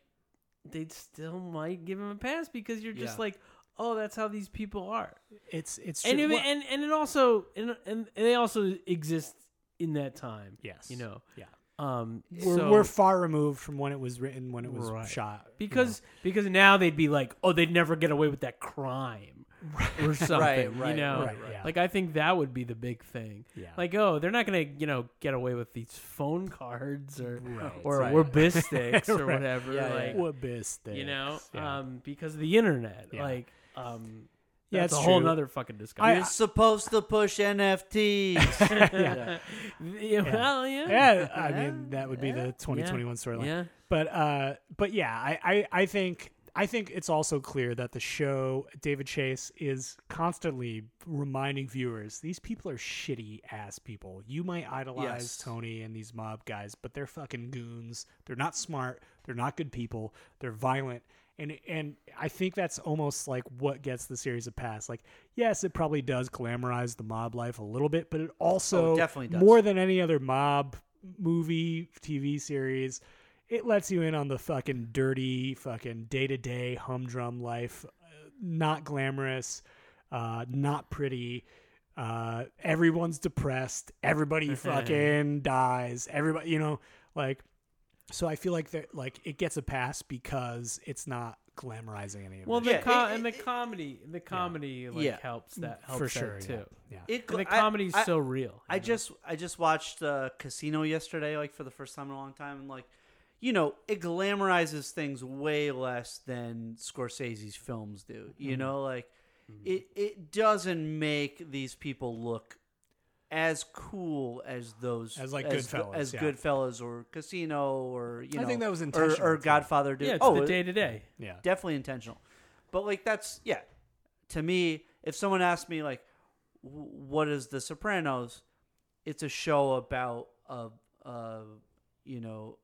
[SPEAKER 2] they'd still might give him a pass because you're just
[SPEAKER 3] Yeah.
[SPEAKER 2] like, oh, that's how these people are
[SPEAKER 5] it's it's
[SPEAKER 2] and
[SPEAKER 5] true.
[SPEAKER 2] it,
[SPEAKER 5] Well-
[SPEAKER 2] and and it also and, and and they also exist in that time.
[SPEAKER 5] Yes.
[SPEAKER 2] you know.
[SPEAKER 5] yeah.
[SPEAKER 2] Um,
[SPEAKER 5] We're,
[SPEAKER 2] so-
[SPEAKER 5] we're far removed from when it was written, when it was
[SPEAKER 2] Right.
[SPEAKER 5] shot. you
[SPEAKER 2] because because now they'd be like, oh, they'd never get away with that crime or something.
[SPEAKER 3] right,
[SPEAKER 2] you know,
[SPEAKER 5] right, right.
[SPEAKER 2] like I think that would be the big thing.
[SPEAKER 5] Yeah.
[SPEAKER 2] Like, oh, they're not gonna you know get away with these phone cards or or
[SPEAKER 3] right.
[SPEAKER 2] wibbistics or
[SPEAKER 5] Right.
[SPEAKER 2] whatever.
[SPEAKER 3] Yeah, yeah,
[SPEAKER 2] like,
[SPEAKER 3] yeah.
[SPEAKER 5] know? what best
[SPEAKER 2] you know,
[SPEAKER 5] Yeah.
[SPEAKER 2] um, because of the internet.
[SPEAKER 5] Yeah.
[SPEAKER 2] Like, um,
[SPEAKER 5] Yeah,
[SPEAKER 2] that's
[SPEAKER 5] it's
[SPEAKER 2] a whole
[SPEAKER 5] true.
[SPEAKER 2] nother fucking discussion.
[SPEAKER 3] You're supposed to push NFTs.
[SPEAKER 2] yeah. Well,
[SPEAKER 5] yeah, I mean that would be the 2021 storyline.
[SPEAKER 2] Yeah.
[SPEAKER 5] But uh, but yeah, I, I I think I think it's also clear that the show David Chase is constantly reminding viewers these people are shitty ass people. You might idolize
[SPEAKER 3] Yes.
[SPEAKER 5] Tony and these mob guys, but they're fucking goons. They're not smart. They're not good people. They're violent. And, and I think that's almost like what gets the series a pass. Like, yes, it probably does glamorize the mob life a little bit, but it also
[SPEAKER 3] Oh, definitely does.
[SPEAKER 5] more more than any other mob movie, TV series, it lets you in on the fucking dirty, fucking day to day humdrum life. Uh, Not glamorous, uh, not pretty. Uh, everyone's depressed. Everybody fucking dies. Everybody, you know, like. So I feel like that, like it gets a pass because it's not glamorizing any of
[SPEAKER 2] Well,
[SPEAKER 5] it.
[SPEAKER 2] the
[SPEAKER 3] Yeah,
[SPEAKER 2] co-
[SPEAKER 3] it-
[SPEAKER 2] and the comedy, the comedy like
[SPEAKER 3] Yeah.
[SPEAKER 2] helps that helps
[SPEAKER 5] for
[SPEAKER 2] that
[SPEAKER 5] sure,
[SPEAKER 2] too.
[SPEAKER 5] yeah. yeah.
[SPEAKER 3] It-
[SPEAKER 2] And the
[SPEAKER 3] I-
[SPEAKER 2] comedy's
[SPEAKER 3] I-
[SPEAKER 2] so real.
[SPEAKER 3] I just I just watched uh, Casino yesterday, like for the first time in a long time, and like, you know, it glamorizes things way less than Scorsese's films do. You
[SPEAKER 5] Mm-hmm.
[SPEAKER 3] know, like it it doesn't make these people look as cool as those
[SPEAKER 5] As, like,
[SPEAKER 3] as,
[SPEAKER 5] Goodfellas,
[SPEAKER 3] as
[SPEAKER 5] yeah.
[SPEAKER 3] Goodfellas or Casino or you
[SPEAKER 5] I
[SPEAKER 3] know
[SPEAKER 5] think that was
[SPEAKER 3] or-
[SPEAKER 5] intentional,
[SPEAKER 3] or,
[SPEAKER 5] too.
[SPEAKER 3] Godfather. Did.
[SPEAKER 2] yeah, it's
[SPEAKER 3] oh,
[SPEAKER 2] the
[SPEAKER 3] it-
[SPEAKER 2] day to day.
[SPEAKER 5] yeah.
[SPEAKER 3] definitely intentional. But like that's yeah. To me, if someone asked me like, w- "What is The Sopranos?" It's a show about a, a you know,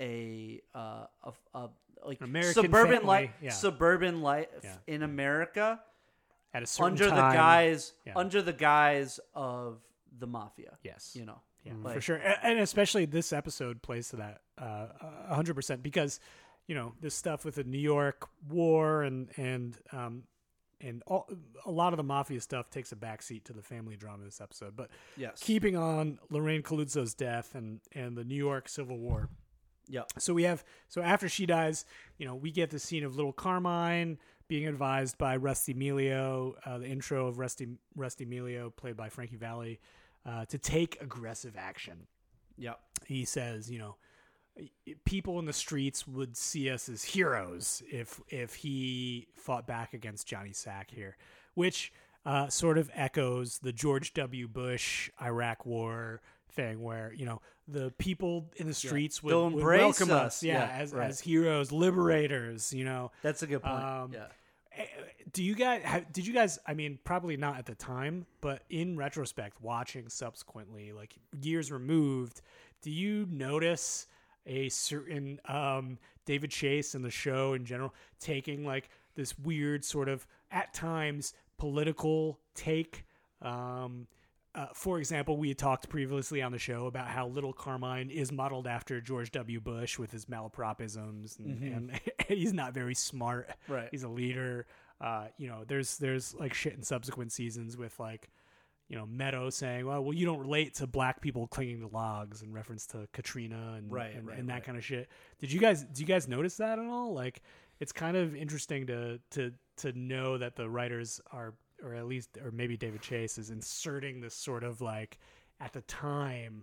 [SPEAKER 3] a uh, a, a like
[SPEAKER 5] American
[SPEAKER 3] suburban
[SPEAKER 5] family,
[SPEAKER 3] life,
[SPEAKER 5] yeah.
[SPEAKER 3] suburban life
[SPEAKER 5] Yeah.
[SPEAKER 3] in America
[SPEAKER 5] At a certain
[SPEAKER 3] under
[SPEAKER 5] time-
[SPEAKER 3] the guise
[SPEAKER 5] yeah.
[SPEAKER 3] under the guise of the mafia.
[SPEAKER 5] Yes.
[SPEAKER 3] you know,
[SPEAKER 5] yeah, for
[SPEAKER 3] Like-
[SPEAKER 5] sure, A- and especially this episode plays to that uh, a hundred percent because you know this stuff with the New York war and and um and all, a lot of the mafia stuff takes a backseat to the family drama this episode, but
[SPEAKER 3] Yes.
[SPEAKER 5] keeping on Lorraine Caluzo's death and and the New York Civil War.
[SPEAKER 3] Yep.
[SPEAKER 5] So we have so after she dies, you know, we get the scene of little Carmine being advised by Rusty Melio, uh, the intro of Rusty Rusty Melio, played by Frankie Valley, uh, to take aggressive action.
[SPEAKER 3] Yep.
[SPEAKER 5] He says, you know, people in the streets would see us as heroes if if he fought back against Johnny Sack here, which uh, sort of echoes the George W. Bush Iraq War thing, where you know the people in the streets would,
[SPEAKER 3] They'll
[SPEAKER 5] would
[SPEAKER 3] embrace
[SPEAKER 5] welcome us,
[SPEAKER 3] us.
[SPEAKER 5] yeah,
[SPEAKER 3] Yeah,
[SPEAKER 5] as
[SPEAKER 3] right.
[SPEAKER 5] as heroes, liberators, you know.
[SPEAKER 3] That's a good point.
[SPEAKER 5] Um,
[SPEAKER 3] yeah.
[SPEAKER 5] Eh, Do you guys? Have, did you guys? I mean, probably not at the time, but in retrospect, watching subsequently, like years removed, do you notice a certain um, David Chase and the show in general taking like this weird sort of at times political take? Um, uh, for example, we had talked previously on the show about how Little Carmine is modeled after George W. Bush with his malapropisms, and, and he's not very smart.
[SPEAKER 3] Right.
[SPEAKER 5] he's a leader. uh, you know, there's there's like shit in subsequent seasons with like, you know, Meadow saying, "Well, well, you don't relate to black people clinging to logs," in reference to Katrina and
[SPEAKER 3] Right,
[SPEAKER 5] and,
[SPEAKER 3] right,
[SPEAKER 5] and that
[SPEAKER 3] right.
[SPEAKER 5] kind of shit. Did you guys do you guys notice that at all? Like, it's kind of interesting to to to know that the writers are, or at least, or maybe David Chase is inserting this sort of like at the time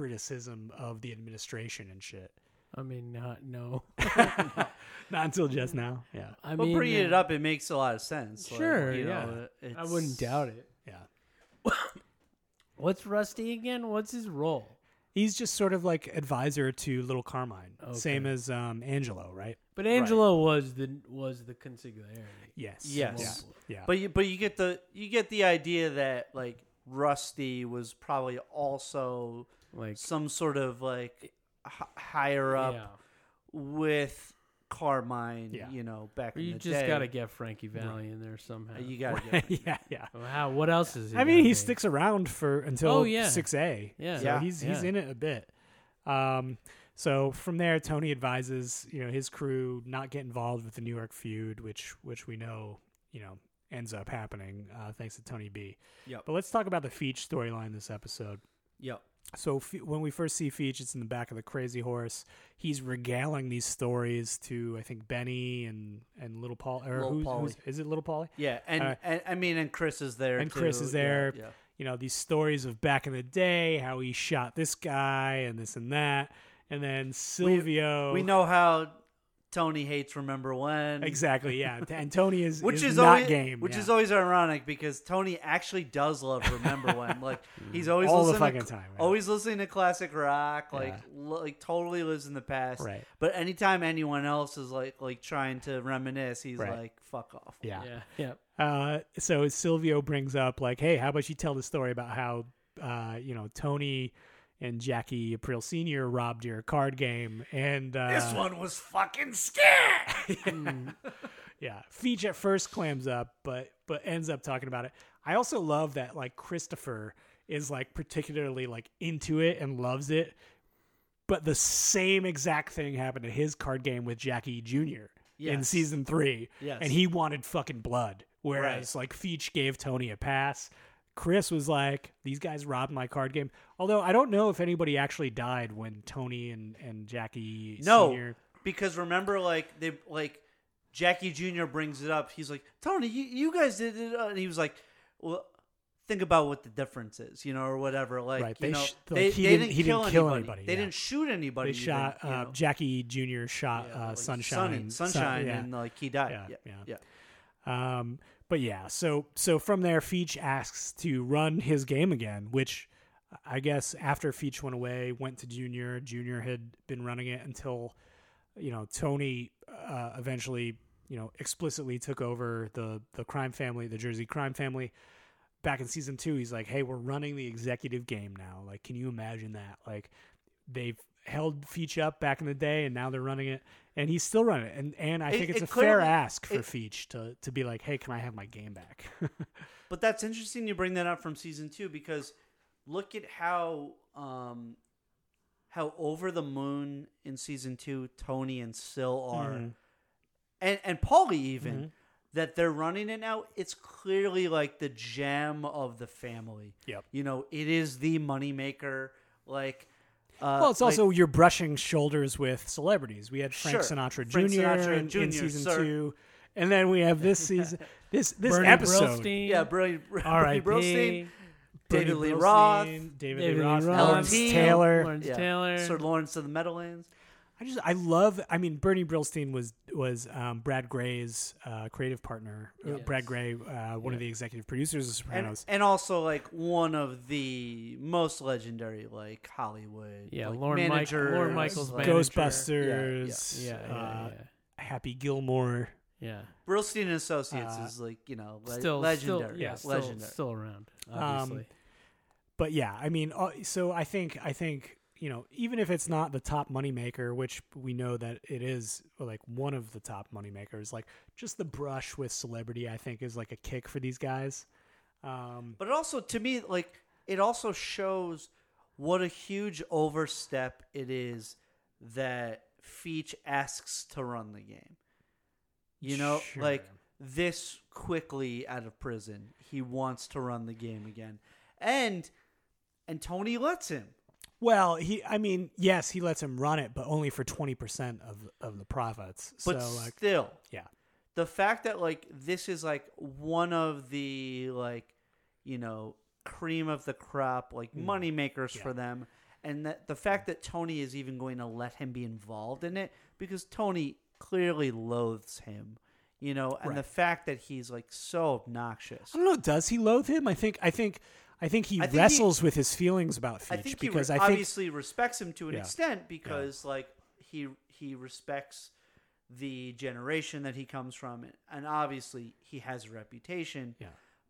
[SPEAKER 5] criticism of the administration and shit.
[SPEAKER 2] I mean, not no.
[SPEAKER 5] Not until just now. Yeah.
[SPEAKER 2] I
[SPEAKER 3] But
[SPEAKER 2] mean,
[SPEAKER 3] bringing it
[SPEAKER 2] uh,
[SPEAKER 3] up, it makes a lot of sense. Like,
[SPEAKER 2] Sure,
[SPEAKER 3] you
[SPEAKER 2] yeah.
[SPEAKER 3] know, it's-
[SPEAKER 2] I wouldn't doubt it.
[SPEAKER 5] Yeah.
[SPEAKER 2] What's Rusty again? What's his role?
[SPEAKER 5] He's just sort of like advisor to little Carmine,
[SPEAKER 2] Okay.
[SPEAKER 5] same as um, Angelo, right?
[SPEAKER 2] But Angelo was the was the consigliere.
[SPEAKER 5] Yes.
[SPEAKER 3] Yes.
[SPEAKER 5] Yeah. yeah.
[SPEAKER 3] But you, but you get the you get the idea that like Rusty was probably also
[SPEAKER 2] Like
[SPEAKER 3] some sort of like h- higher up
[SPEAKER 2] yeah.
[SPEAKER 3] with Carmine.
[SPEAKER 5] Yeah.
[SPEAKER 3] You know, back in
[SPEAKER 2] You
[SPEAKER 3] the
[SPEAKER 2] just
[SPEAKER 3] day. Uh,
[SPEAKER 2] gotta get Frankie Valley in there somehow.
[SPEAKER 3] you gotta get
[SPEAKER 5] yeah, yeah.
[SPEAKER 2] Wow, what else is? He
[SPEAKER 5] I mean,
[SPEAKER 2] gonna
[SPEAKER 5] he
[SPEAKER 2] be?
[SPEAKER 5] sticks around for until
[SPEAKER 2] Oh, yeah.
[SPEAKER 5] 6A.
[SPEAKER 2] Yeah.
[SPEAKER 5] So
[SPEAKER 3] Yeah.
[SPEAKER 5] he's he's
[SPEAKER 2] Yeah.
[SPEAKER 5] in it a bit. Um so from there Tony advises, you know, his crew not get involved with the New York feud, which which we know, you know, ends up happening uh, thanks to Tony B.
[SPEAKER 3] Yep.
[SPEAKER 5] But let's talk about the Feach storyline this episode.
[SPEAKER 3] Yep.
[SPEAKER 5] So Fe- when we first see Feach, it's in the back of the Crazy Horse. He's regaling these stories to I think Benny and and little Paul or
[SPEAKER 3] Little
[SPEAKER 5] who's,
[SPEAKER 3] Paulie.
[SPEAKER 5] who's- is it little Polly?
[SPEAKER 3] Yeah, and,
[SPEAKER 5] Alright.
[SPEAKER 3] and I mean, and Chris is there,
[SPEAKER 5] And
[SPEAKER 3] too.
[SPEAKER 5] Chris is
[SPEAKER 3] Yeah,
[SPEAKER 5] there.
[SPEAKER 3] Yeah,
[SPEAKER 5] You know these stories of back in the day, how he shot this guy and this and that, and then Silvio.
[SPEAKER 3] we know how Tony hates remember when
[SPEAKER 5] exactly. Yeah, and Tony is
[SPEAKER 3] which is,
[SPEAKER 5] not
[SPEAKER 3] always
[SPEAKER 5] game.
[SPEAKER 3] which
[SPEAKER 5] yeah.
[SPEAKER 3] is always ironic because Tony actually does love remember when. Like he's always
[SPEAKER 5] All the
[SPEAKER 3] listening to,
[SPEAKER 5] fucking time, yeah.
[SPEAKER 3] always listening to classic rock. Like
[SPEAKER 5] Yeah.
[SPEAKER 3] li- like totally lives in the past.
[SPEAKER 5] Right.
[SPEAKER 3] But anytime anyone else is like like trying to reminisce, he's
[SPEAKER 5] Right.
[SPEAKER 3] like fuck off.
[SPEAKER 5] yeah.
[SPEAKER 2] Yeah, yeah.
[SPEAKER 5] Uh, so Silvio brings up like, hey, how about you tell the story about how uh, you know Tony and Jackie April Senior robbed your card game, and uh,
[SPEAKER 3] This one was fucking scared.
[SPEAKER 5] yeah, Feach at first clams up, but but ends up talking about it. I also love that like Christopher is like particularly like into it and loves it, but the same exact thing happened to his card game with Jackie Junior in
[SPEAKER 3] Yes.
[SPEAKER 5] season three,
[SPEAKER 3] Yes.
[SPEAKER 5] and he wanted fucking blood. Whereas like Feach gave Tony a pass. Chris was like, "These guys robbed my card game." Although I don't know if anybody actually died when Tony and and Jackie
[SPEAKER 3] No,
[SPEAKER 5] Senior
[SPEAKER 3] because remember, like they like Jackie Jr. brings it up. He's like, Tony, you, you guys did it, uh," and he was like, well. Think about what the difference is, you know, or whatever. Like,
[SPEAKER 5] Right,
[SPEAKER 3] you
[SPEAKER 5] they
[SPEAKER 3] know,
[SPEAKER 5] sh-
[SPEAKER 3] they,
[SPEAKER 5] like, he
[SPEAKER 3] they
[SPEAKER 5] didn't- he didn't kill anybody,
[SPEAKER 3] They
[SPEAKER 5] yeah.
[SPEAKER 3] didn't shoot anybody.
[SPEAKER 5] They
[SPEAKER 3] even,
[SPEAKER 5] shot
[SPEAKER 3] you
[SPEAKER 5] uh,
[SPEAKER 3] know.
[SPEAKER 5] Jackie Jr. shot uh,
[SPEAKER 3] like,
[SPEAKER 5] Sunshine,
[SPEAKER 3] Sunny- sunshine,
[SPEAKER 5] Sun- yeah.
[SPEAKER 3] and like he died.
[SPEAKER 5] Yeah,
[SPEAKER 3] Yeah, yeah,
[SPEAKER 5] yeah. um, but yeah, so so from there, Feach asks to run his game again, which I guess after Feach went away, went to Junior. Junior had been running it until you know Tony uh, eventually you know explicitly took over the the crime family, the Jersey crime family. Back in season two, he's like, "Hey, we're running the executive game now. Like, can you imagine that? Like, they've held Feach up back in the day, and now they're running it, and he's still running it. And and I
[SPEAKER 3] It-
[SPEAKER 5] think it's
[SPEAKER 3] it
[SPEAKER 5] a fair
[SPEAKER 3] clearly-
[SPEAKER 5] ask for
[SPEAKER 3] it- Uh,
[SPEAKER 5] Feach to to be like, "Hey, can I have my game back?"
[SPEAKER 3] But that's interesting you bring that up from season two because look at how um how over the moon in season two Tony and Sil are,
[SPEAKER 5] Mm-hmm.
[SPEAKER 3] and and Paulie even that they're running it now. It's clearly like the gem of the family.
[SPEAKER 5] Yep.
[SPEAKER 3] You know, it is the moneymaker. Like, uh,
[SPEAKER 5] well, it's
[SPEAKER 3] like-
[SPEAKER 5] also you're brushing shoulders with celebrities. We had Frank
[SPEAKER 3] Sure.
[SPEAKER 5] Sinatra Jr.
[SPEAKER 3] Frank Sinatra
[SPEAKER 5] in, in
[SPEAKER 3] Jr.,
[SPEAKER 5] season
[SPEAKER 3] sir.
[SPEAKER 5] two, and then we have this season, this this
[SPEAKER 2] Bernie
[SPEAKER 5] episode.
[SPEAKER 2] Brillstein,
[SPEAKER 3] yeah, brilliant.
[SPEAKER 2] R.I.P.,
[SPEAKER 3] Brosnan,
[SPEAKER 5] Bernie
[SPEAKER 3] David Lee
[SPEAKER 5] Brillstein,
[SPEAKER 3] Roth,
[SPEAKER 5] David Lee
[SPEAKER 2] David
[SPEAKER 5] Roth,
[SPEAKER 2] Roth,
[SPEAKER 5] Lawrence
[SPEAKER 3] LT.
[SPEAKER 5] Taylor.
[SPEAKER 2] Lawrence
[SPEAKER 3] yeah,
[SPEAKER 2] Taylor,
[SPEAKER 3] Sir Lawrence of the Meadowlands.
[SPEAKER 5] I just I love. I mean, Bernie Brillstein was was um, Brad Gray's uh, creative partner. Uh, Brad Gray, uh, one of the executive producers of
[SPEAKER 3] and,
[SPEAKER 5] Sopranos.
[SPEAKER 3] and also like one of the most legendary like Hollywood
[SPEAKER 2] Yeah,
[SPEAKER 3] like,
[SPEAKER 2] Lorne Mich-
[SPEAKER 3] managers,
[SPEAKER 2] Lorne Michaels
[SPEAKER 3] like,
[SPEAKER 2] manager.
[SPEAKER 5] Ghostbusters,
[SPEAKER 2] yeah, yeah,
[SPEAKER 5] uh,
[SPEAKER 2] yeah,
[SPEAKER 5] Happy Gilmore.
[SPEAKER 2] yeah.
[SPEAKER 3] Brillstein and Associates
[SPEAKER 5] Uh,
[SPEAKER 3] is like you know le-
[SPEAKER 2] Still,
[SPEAKER 3] legendary
[SPEAKER 2] still, yeah, still,
[SPEAKER 3] legendary
[SPEAKER 2] still around. Obviously,
[SPEAKER 5] but yeah, I mean, uh, so I think I think you know, even if it's not the top moneymaker, which we know that it is like one of the top moneymakers, like just the brush with celebrity, I think is like a kick for these guys. Um,
[SPEAKER 3] but it also to me like it also shows what a huge overstep it is that Feach asks to run the game you know
[SPEAKER 5] Sure.
[SPEAKER 3] like this quickly out of prison. He wants to run the game again. And and Tony lets him.
[SPEAKER 5] Well, he I mean, yes, he lets him run it, but only for 20% of of the profits. So
[SPEAKER 3] But
[SPEAKER 5] like
[SPEAKER 3] still,
[SPEAKER 5] yeah.
[SPEAKER 3] the fact that like this is like one of the like, you know, cream of the crop, like money makers for them. And that the fact that Tony is even going to let him be involved in it, because Tony clearly loathes him. You know, and the fact that he's like so obnoxious.
[SPEAKER 5] I don't know. Does he loathe him? I think. I think. I think he
[SPEAKER 3] I think he-
[SPEAKER 5] wrestles with his feelings about Feach
[SPEAKER 3] I think he
[SPEAKER 5] because
[SPEAKER 3] re-
[SPEAKER 5] I think
[SPEAKER 3] obviously respects him to an
[SPEAKER 5] Yeah.
[SPEAKER 3] extent because like he he respects the generation that he comes from, and obviously he has a reputation.
[SPEAKER 5] Yeah.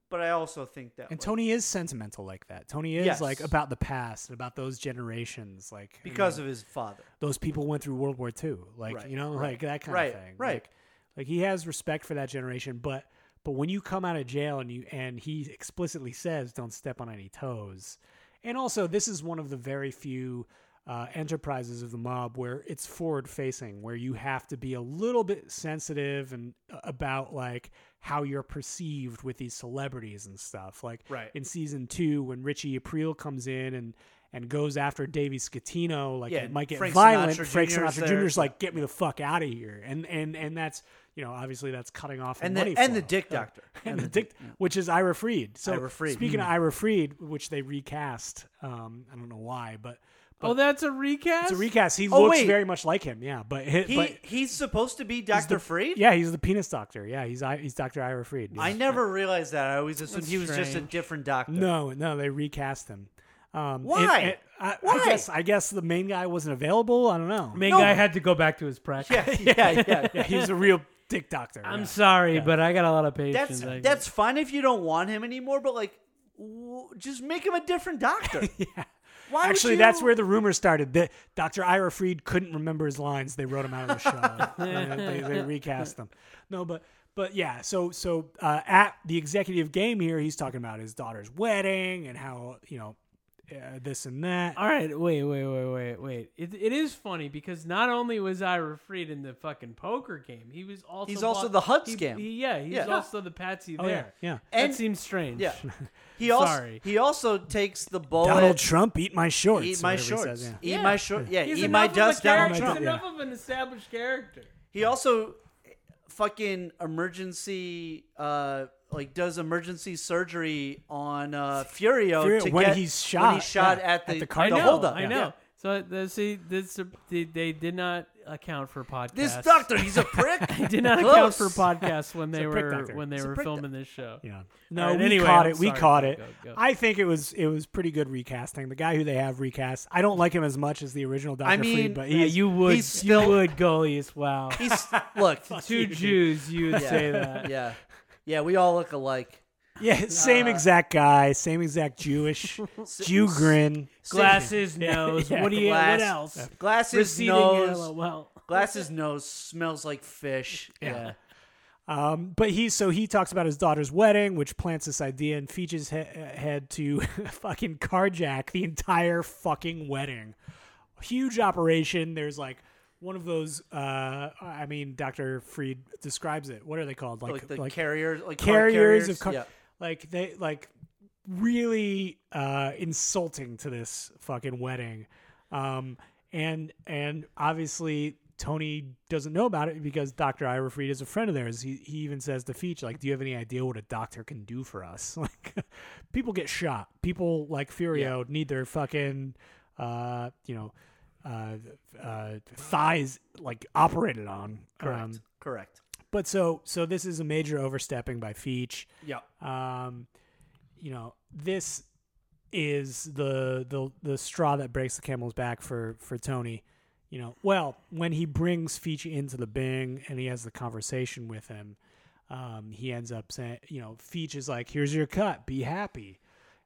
[SPEAKER 3] But I also think that
[SPEAKER 5] and
[SPEAKER 3] like,
[SPEAKER 5] Tony is sentimental like that. Tony is
[SPEAKER 3] Yes.
[SPEAKER 5] like about the past and about those generations, like you
[SPEAKER 3] because
[SPEAKER 5] know,
[SPEAKER 3] of his father,
[SPEAKER 5] those people went through World War II, like
[SPEAKER 3] Right,
[SPEAKER 5] you know,
[SPEAKER 3] right,
[SPEAKER 5] like that kind
[SPEAKER 3] right,
[SPEAKER 5] of thing.
[SPEAKER 3] right.
[SPEAKER 5] Like, like he has respect for that generation, but but when you come out of jail and you and he explicitly says don't step on any toes, and also this is one of the very few. Uh, enterprises of the mob where it's forward facing where you have to be a little bit sensitive and uh, about like how you're perceived with these celebrities and stuff like
[SPEAKER 3] Right.
[SPEAKER 5] in season two when richie aprile comes in and and goes after davey scatino like
[SPEAKER 3] Yeah,
[SPEAKER 5] it might get
[SPEAKER 3] Frank
[SPEAKER 5] violent.
[SPEAKER 3] Sinatra
[SPEAKER 5] Frank
[SPEAKER 3] Jr. is
[SPEAKER 5] Sinatra
[SPEAKER 3] there.
[SPEAKER 5] Jr. is like, get me the fuck out of here, and and and that's you know obviously that's cutting off
[SPEAKER 3] and
[SPEAKER 5] the
[SPEAKER 3] the
[SPEAKER 5] money
[SPEAKER 3] and the
[SPEAKER 5] flow.
[SPEAKER 3] dick doctor,
[SPEAKER 5] and the dick, which is Ira Freed. So
[SPEAKER 3] Ira mm. Fried.
[SPEAKER 5] speaking of Ira Freed, which they recast, um, I don't know why, but, but
[SPEAKER 2] Oh, that's a recast.
[SPEAKER 5] it's a recast. He
[SPEAKER 3] Oh,
[SPEAKER 5] looks
[SPEAKER 3] wait.
[SPEAKER 5] very much like him, yeah. But, he,
[SPEAKER 3] he
[SPEAKER 5] but
[SPEAKER 3] he's supposed to be Doctor Freed.
[SPEAKER 5] yeah, he's the penis doctor. Yeah, he's I- he's Doctor Ira Freed. yeah.
[SPEAKER 3] I never realized that. I always assumed
[SPEAKER 2] That's
[SPEAKER 3] he was just a
[SPEAKER 2] strange.
[SPEAKER 3] different doctor.
[SPEAKER 5] No, no, they recast him. Um,
[SPEAKER 3] Why?
[SPEAKER 5] and- and I,
[SPEAKER 3] Why?
[SPEAKER 5] I guess I guess the main guy wasn't available. I don't know.
[SPEAKER 2] Main
[SPEAKER 3] No.
[SPEAKER 2] guy had to go back to his practice.
[SPEAKER 3] Yeah, yeah, yeah.
[SPEAKER 5] yeah, he was a real dick doctor.
[SPEAKER 2] I'm
[SPEAKER 5] yeah.
[SPEAKER 2] sorry, but I got a lot of patience.
[SPEAKER 3] That's
[SPEAKER 2] I-
[SPEAKER 3] that's fine if you don't want him anymore, but like, w- just make him a different doctor. yeah. Why would
[SPEAKER 5] Actually,
[SPEAKER 3] you-
[SPEAKER 5] that's where the rumor started. That Dr. Ira Fried couldn't remember his lines. They wrote him out of the show. And they, they recast them. No, but but yeah. So so uh, at the executive game here, he's talking about his daughter's wedding and how you know uh, this and that.
[SPEAKER 2] All right, wait, wait, wait, wait, wait. It, it is funny because not only was Ira Fried in the fucking poker game, he was also
[SPEAKER 3] He's also
[SPEAKER 2] bought-
[SPEAKER 3] the Hud
[SPEAKER 2] he-
[SPEAKER 3] scam.
[SPEAKER 2] he- yeah, he's
[SPEAKER 3] Yeah.
[SPEAKER 2] also the patsy
[SPEAKER 5] Oh, yeah,
[SPEAKER 2] there.
[SPEAKER 5] yeah.
[SPEAKER 3] And-
[SPEAKER 2] that seems strange.
[SPEAKER 3] Yeah. He also
[SPEAKER 2] Sorry.
[SPEAKER 3] he also takes the bullet.
[SPEAKER 5] Donald Trump, eat my shorts.
[SPEAKER 3] eat
[SPEAKER 5] or
[SPEAKER 3] my
[SPEAKER 5] whatever he
[SPEAKER 3] shorts.
[SPEAKER 5] says, yeah.
[SPEAKER 3] Eat
[SPEAKER 2] Yeah.
[SPEAKER 3] my shorts. Yeah.
[SPEAKER 2] he's
[SPEAKER 3] eat
[SPEAKER 2] enough
[SPEAKER 3] my
[SPEAKER 2] of a
[SPEAKER 3] dust, Donald
[SPEAKER 2] character-
[SPEAKER 3] Trump.
[SPEAKER 2] He's
[SPEAKER 5] Trump,
[SPEAKER 2] enough of an established character.
[SPEAKER 3] He also fucking emergency uh like does emergency surgery on uh Furio,
[SPEAKER 5] Furio,
[SPEAKER 3] to
[SPEAKER 5] when
[SPEAKER 3] get-
[SPEAKER 5] he's
[SPEAKER 3] when
[SPEAKER 5] shot,
[SPEAKER 3] he's shot
[SPEAKER 5] yeah,
[SPEAKER 3] at
[SPEAKER 5] at
[SPEAKER 3] the,
[SPEAKER 5] the
[SPEAKER 2] I
[SPEAKER 5] car-
[SPEAKER 3] the
[SPEAKER 2] know.
[SPEAKER 3] holdup.
[SPEAKER 2] I
[SPEAKER 3] Yeah.
[SPEAKER 2] know. So the, see, this they, they did not account for podcasts.
[SPEAKER 3] This doctor, he's a prick.
[SPEAKER 2] did not account
[SPEAKER 3] Close.
[SPEAKER 2] for podcasts when they
[SPEAKER 5] a prick
[SPEAKER 2] were
[SPEAKER 5] doctor.
[SPEAKER 2] when they
[SPEAKER 3] It's a
[SPEAKER 2] were
[SPEAKER 3] prick
[SPEAKER 2] filming this show.
[SPEAKER 5] Yeah.
[SPEAKER 2] All
[SPEAKER 5] No,
[SPEAKER 2] right,
[SPEAKER 5] we
[SPEAKER 2] anyway,
[SPEAKER 5] caught
[SPEAKER 2] I'm
[SPEAKER 5] it. We
[SPEAKER 2] sorry.
[SPEAKER 5] caught
[SPEAKER 2] Go,
[SPEAKER 5] it.
[SPEAKER 2] go, go.
[SPEAKER 5] I think it was it was pretty good recasting. The guy who they have recast, I don't like him as much as the original Doctor
[SPEAKER 3] I mean,
[SPEAKER 5] Freed, but
[SPEAKER 2] Yeah,
[SPEAKER 5] he's
[SPEAKER 2] you would,
[SPEAKER 3] he's still-
[SPEAKER 2] you would, goalies. Wow,
[SPEAKER 3] He's look.
[SPEAKER 2] two Jews, you would
[SPEAKER 3] yeah,
[SPEAKER 2] say that.
[SPEAKER 3] Yeah. Yeah, we all look alike.
[SPEAKER 5] yeah, same exact guy, same exact Jewish Jew grin.
[SPEAKER 2] Glasses, nose. What do you?
[SPEAKER 3] Glass-
[SPEAKER 2] what else?
[SPEAKER 3] Glasses
[SPEAKER 2] Receding
[SPEAKER 3] nose.
[SPEAKER 2] LOL.
[SPEAKER 3] Glasses nose smells like fish. Yeah.
[SPEAKER 5] Um, but he so he talks about his daughter's wedding, which plants this idea and features he- head to fucking carjack the entire fucking wedding. Huge operation. There's like one of those. Uh, I mean, Doctor Freed describes it. What are they called?
[SPEAKER 3] Oh, Like the carrier like car
[SPEAKER 5] carriers, of car-
[SPEAKER 3] yeah.
[SPEAKER 5] like they like really uh insulting to this fucking wedding um and and obviously tony doesn't know about it because dr ira Fried is a friend of theirs he, he even says to feature like do you have any idea what a doctor can do for us like people get shot people like furio need their fucking uh you know uh, uh thighs like operated on um,
[SPEAKER 3] Correct.
[SPEAKER 5] but so so this is a major overstepping by Feach.
[SPEAKER 3] Yeah.
[SPEAKER 5] Um, you know, this is the the the straw that breaks the camel's back for for Tony. You know, well, when he brings Feach into the Bing and he has the conversation with him, um, he ends up saying, you know, Feach is like, "Here's your cut. Be happy."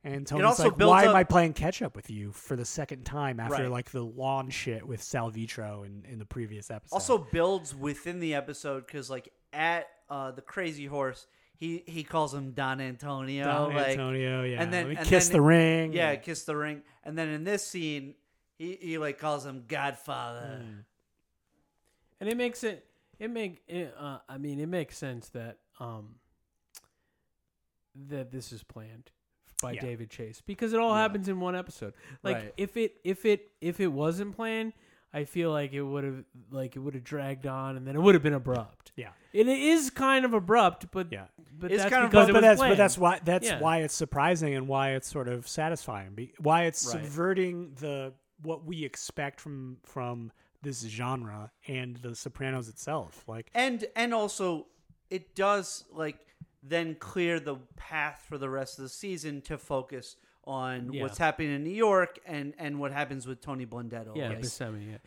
[SPEAKER 5] And Tony's
[SPEAKER 3] also
[SPEAKER 5] like,
[SPEAKER 3] builds
[SPEAKER 5] "Why
[SPEAKER 3] up-
[SPEAKER 5] am I playing catch up with you for the second time after
[SPEAKER 3] Right.
[SPEAKER 5] like the lawn shit with Sal Vitro in, in the previous episode?"
[SPEAKER 3] Also builds within the episode because like at uh, the crazy horse, he he calls him Don Antonio.
[SPEAKER 5] Don
[SPEAKER 3] like,
[SPEAKER 5] Antonio, yeah.
[SPEAKER 3] And then
[SPEAKER 5] Let me
[SPEAKER 3] and
[SPEAKER 5] kiss
[SPEAKER 3] then-
[SPEAKER 5] the ring.
[SPEAKER 3] Yeah, kiss the ring. And then in this scene, he, he like calls him Godfather.
[SPEAKER 5] Mm.
[SPEAKER 2] And it makes it it make it, uh, I mean it makes sense that um, that this is planned by
[SPEAKER 5] Yeah.
[SPEAKER 2] David Chase because it all happens in one episode. Like
[SPEAKER 3] Right.
[SPEAKER 2] if it if it if it wasn't planned, I feel like it would have like it would have dragged on and then it would have been abrupt.
[SPEAKER 5] Yeah.
[SPEAKER 2] It is kind of abrupt, but
[SPEAKER 5] Yeah.
[SPEAKER 2] but
[SPEAKER 3] It's
[SPEAKER 2] that's
[SPEAKER 3] kind of
[SPEAKER 2] because
[SPEAKER 3] abrupt,
[SPEAKER 2] it
[SPEAKER 5] but
[SPEAKER 2] was
[SPEAKER 5] that's but
[SPEAKER 2] planned.
[SPEAKER 5] that's why that's
[SPEAKER 2] Yeah.
[SPEAKER 5] why it's surprising and why it's sort of satisfying. Be, why it's
[SPEAKER 3] Right.
[SPEAKER 5] subverting the what we expect from from this genre and The Sopranos itself. Like
[SPEAKER 3] and and also it does like then clear the path for the rest of the season to focus on
[SPEAKER 2] Yeah.
[SPEAKER 3] what's happening in New York and and what happens with Tony Blundetto.
[SPEAKER 2] yeah,
[SPEAKER 3] like,
[SPEAKER 2] Buscemi, yeah.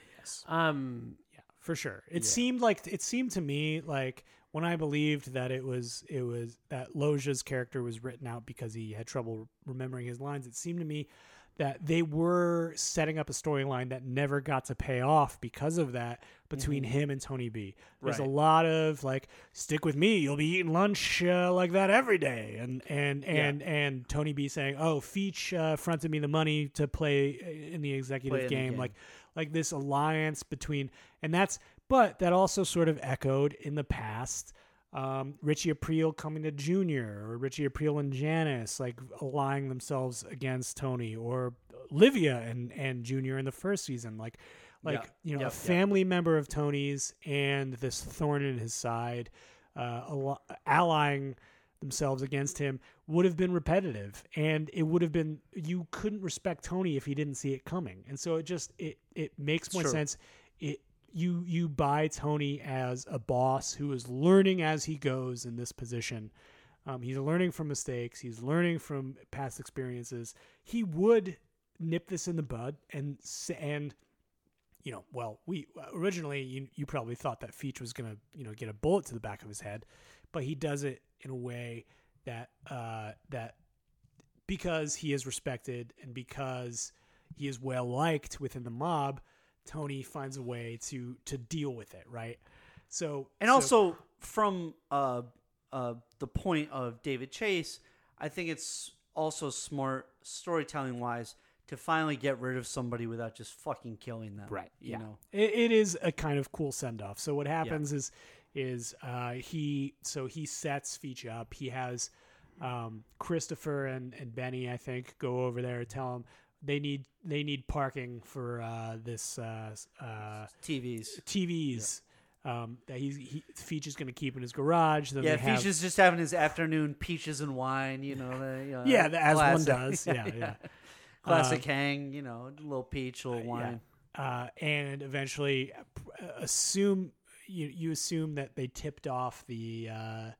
[SPEAKER 2] Um,
[SPEAKER 5] Yeah, for sure. It seemed like it seemed to me like when I believed that it was it was that Loja's character was written out because he had trouble remembering his lines. It seemed to me that they were setting up a storyline that never got to pay off because of that between him and Tony B. There's
[SPEAKER 3] Mm-hmm. Right.
[SPEAKER 5] a lot of like stick with me, you'll be eating lunch uh, like that every day and and and and Tony B saying, "Oh, Feach uh, fronted me the money to play uh, in the executive
[SPEAKER 3] Play in the
[SPEAKER 5] game.
[SPEAKER 3] game.
[SPEAKER 5] like like this alliance between and that's but that also sort of echoed in the past um, Richie Aprile coming to Junior or Richie Aprile and Janice like allying themselves against Tony or Livia and and Junior in the first season like like
[SPEAKER 3] Yeah.
[SPEAKER 5] you know
[SPEAKER 3] Yep,
[SPEAKER 5] a
[SPEAKER 3] yep.
[SPEAKER 5] family member of Tony's and this thorn in his side uh, al- allying themselves against him would have been repetitive and it would have been you couldn't respect Tony if he didn't see it coming and so it just it it makes more
[SPEAKER 3] Sure.
[SPEAKER 5] sense it you you buy Tony as a boss who is learning as he goes in this position um, he's learning from mistakes he's learning from past experiences he would nip this in the bud and s- and you know, well, we originally you, you probably thought that Feach was gonna you know get a bullet to the back of his head, but he does it in a way that uh, that because he is respected and because he is well liked within the mob, Tony finds a way to to deal with it, right? So
[SPEAKER 3] And
[SPEAKER 5] so-
[SPEAKER 3] also from uh, uh, the point of David Chase, I think it's also smart storytelling wise to finally get rid of somebody without just fucking killing them.
[SPEAKER 5] Right.
[SPEAKER 3] You
[SPEAKER 5] yeah.
[SPEAKER 3] know.
[SPEAKER 5] It, it is a kind of cool send off. So what happens is is uh, he so he sets Feach up. He has um, Christopher and, and Benny, I think, go over there tell him they need they need parking for uh, this uh, s- uh,
[SPEAKER 3] TVs.
[SPEAKER 5] TVs. Um, that he's, he Feach is going to keep in his garage. Then
[SPEAKER 3] Yeah,
[SPEAKER 5] they have,
[SPEAKER 3] Feach is just having his afternoon peaches and wine, you know. The, you know,
[SPEAKER 5] yeah, the- as one
[SPEAKER 3] uh, classic-
[SPEAKER 5] does. Yeah, yeah.
[SPEAKER 3] Classic hang, you know, a little peach, a little
[SPEAKER 5] Um, Yeah.
[SPEAKER 3] wine.
[SPEAKER 5] Uh, and eventually uh, p- uh, assume you, you assume that they tipped off the uh,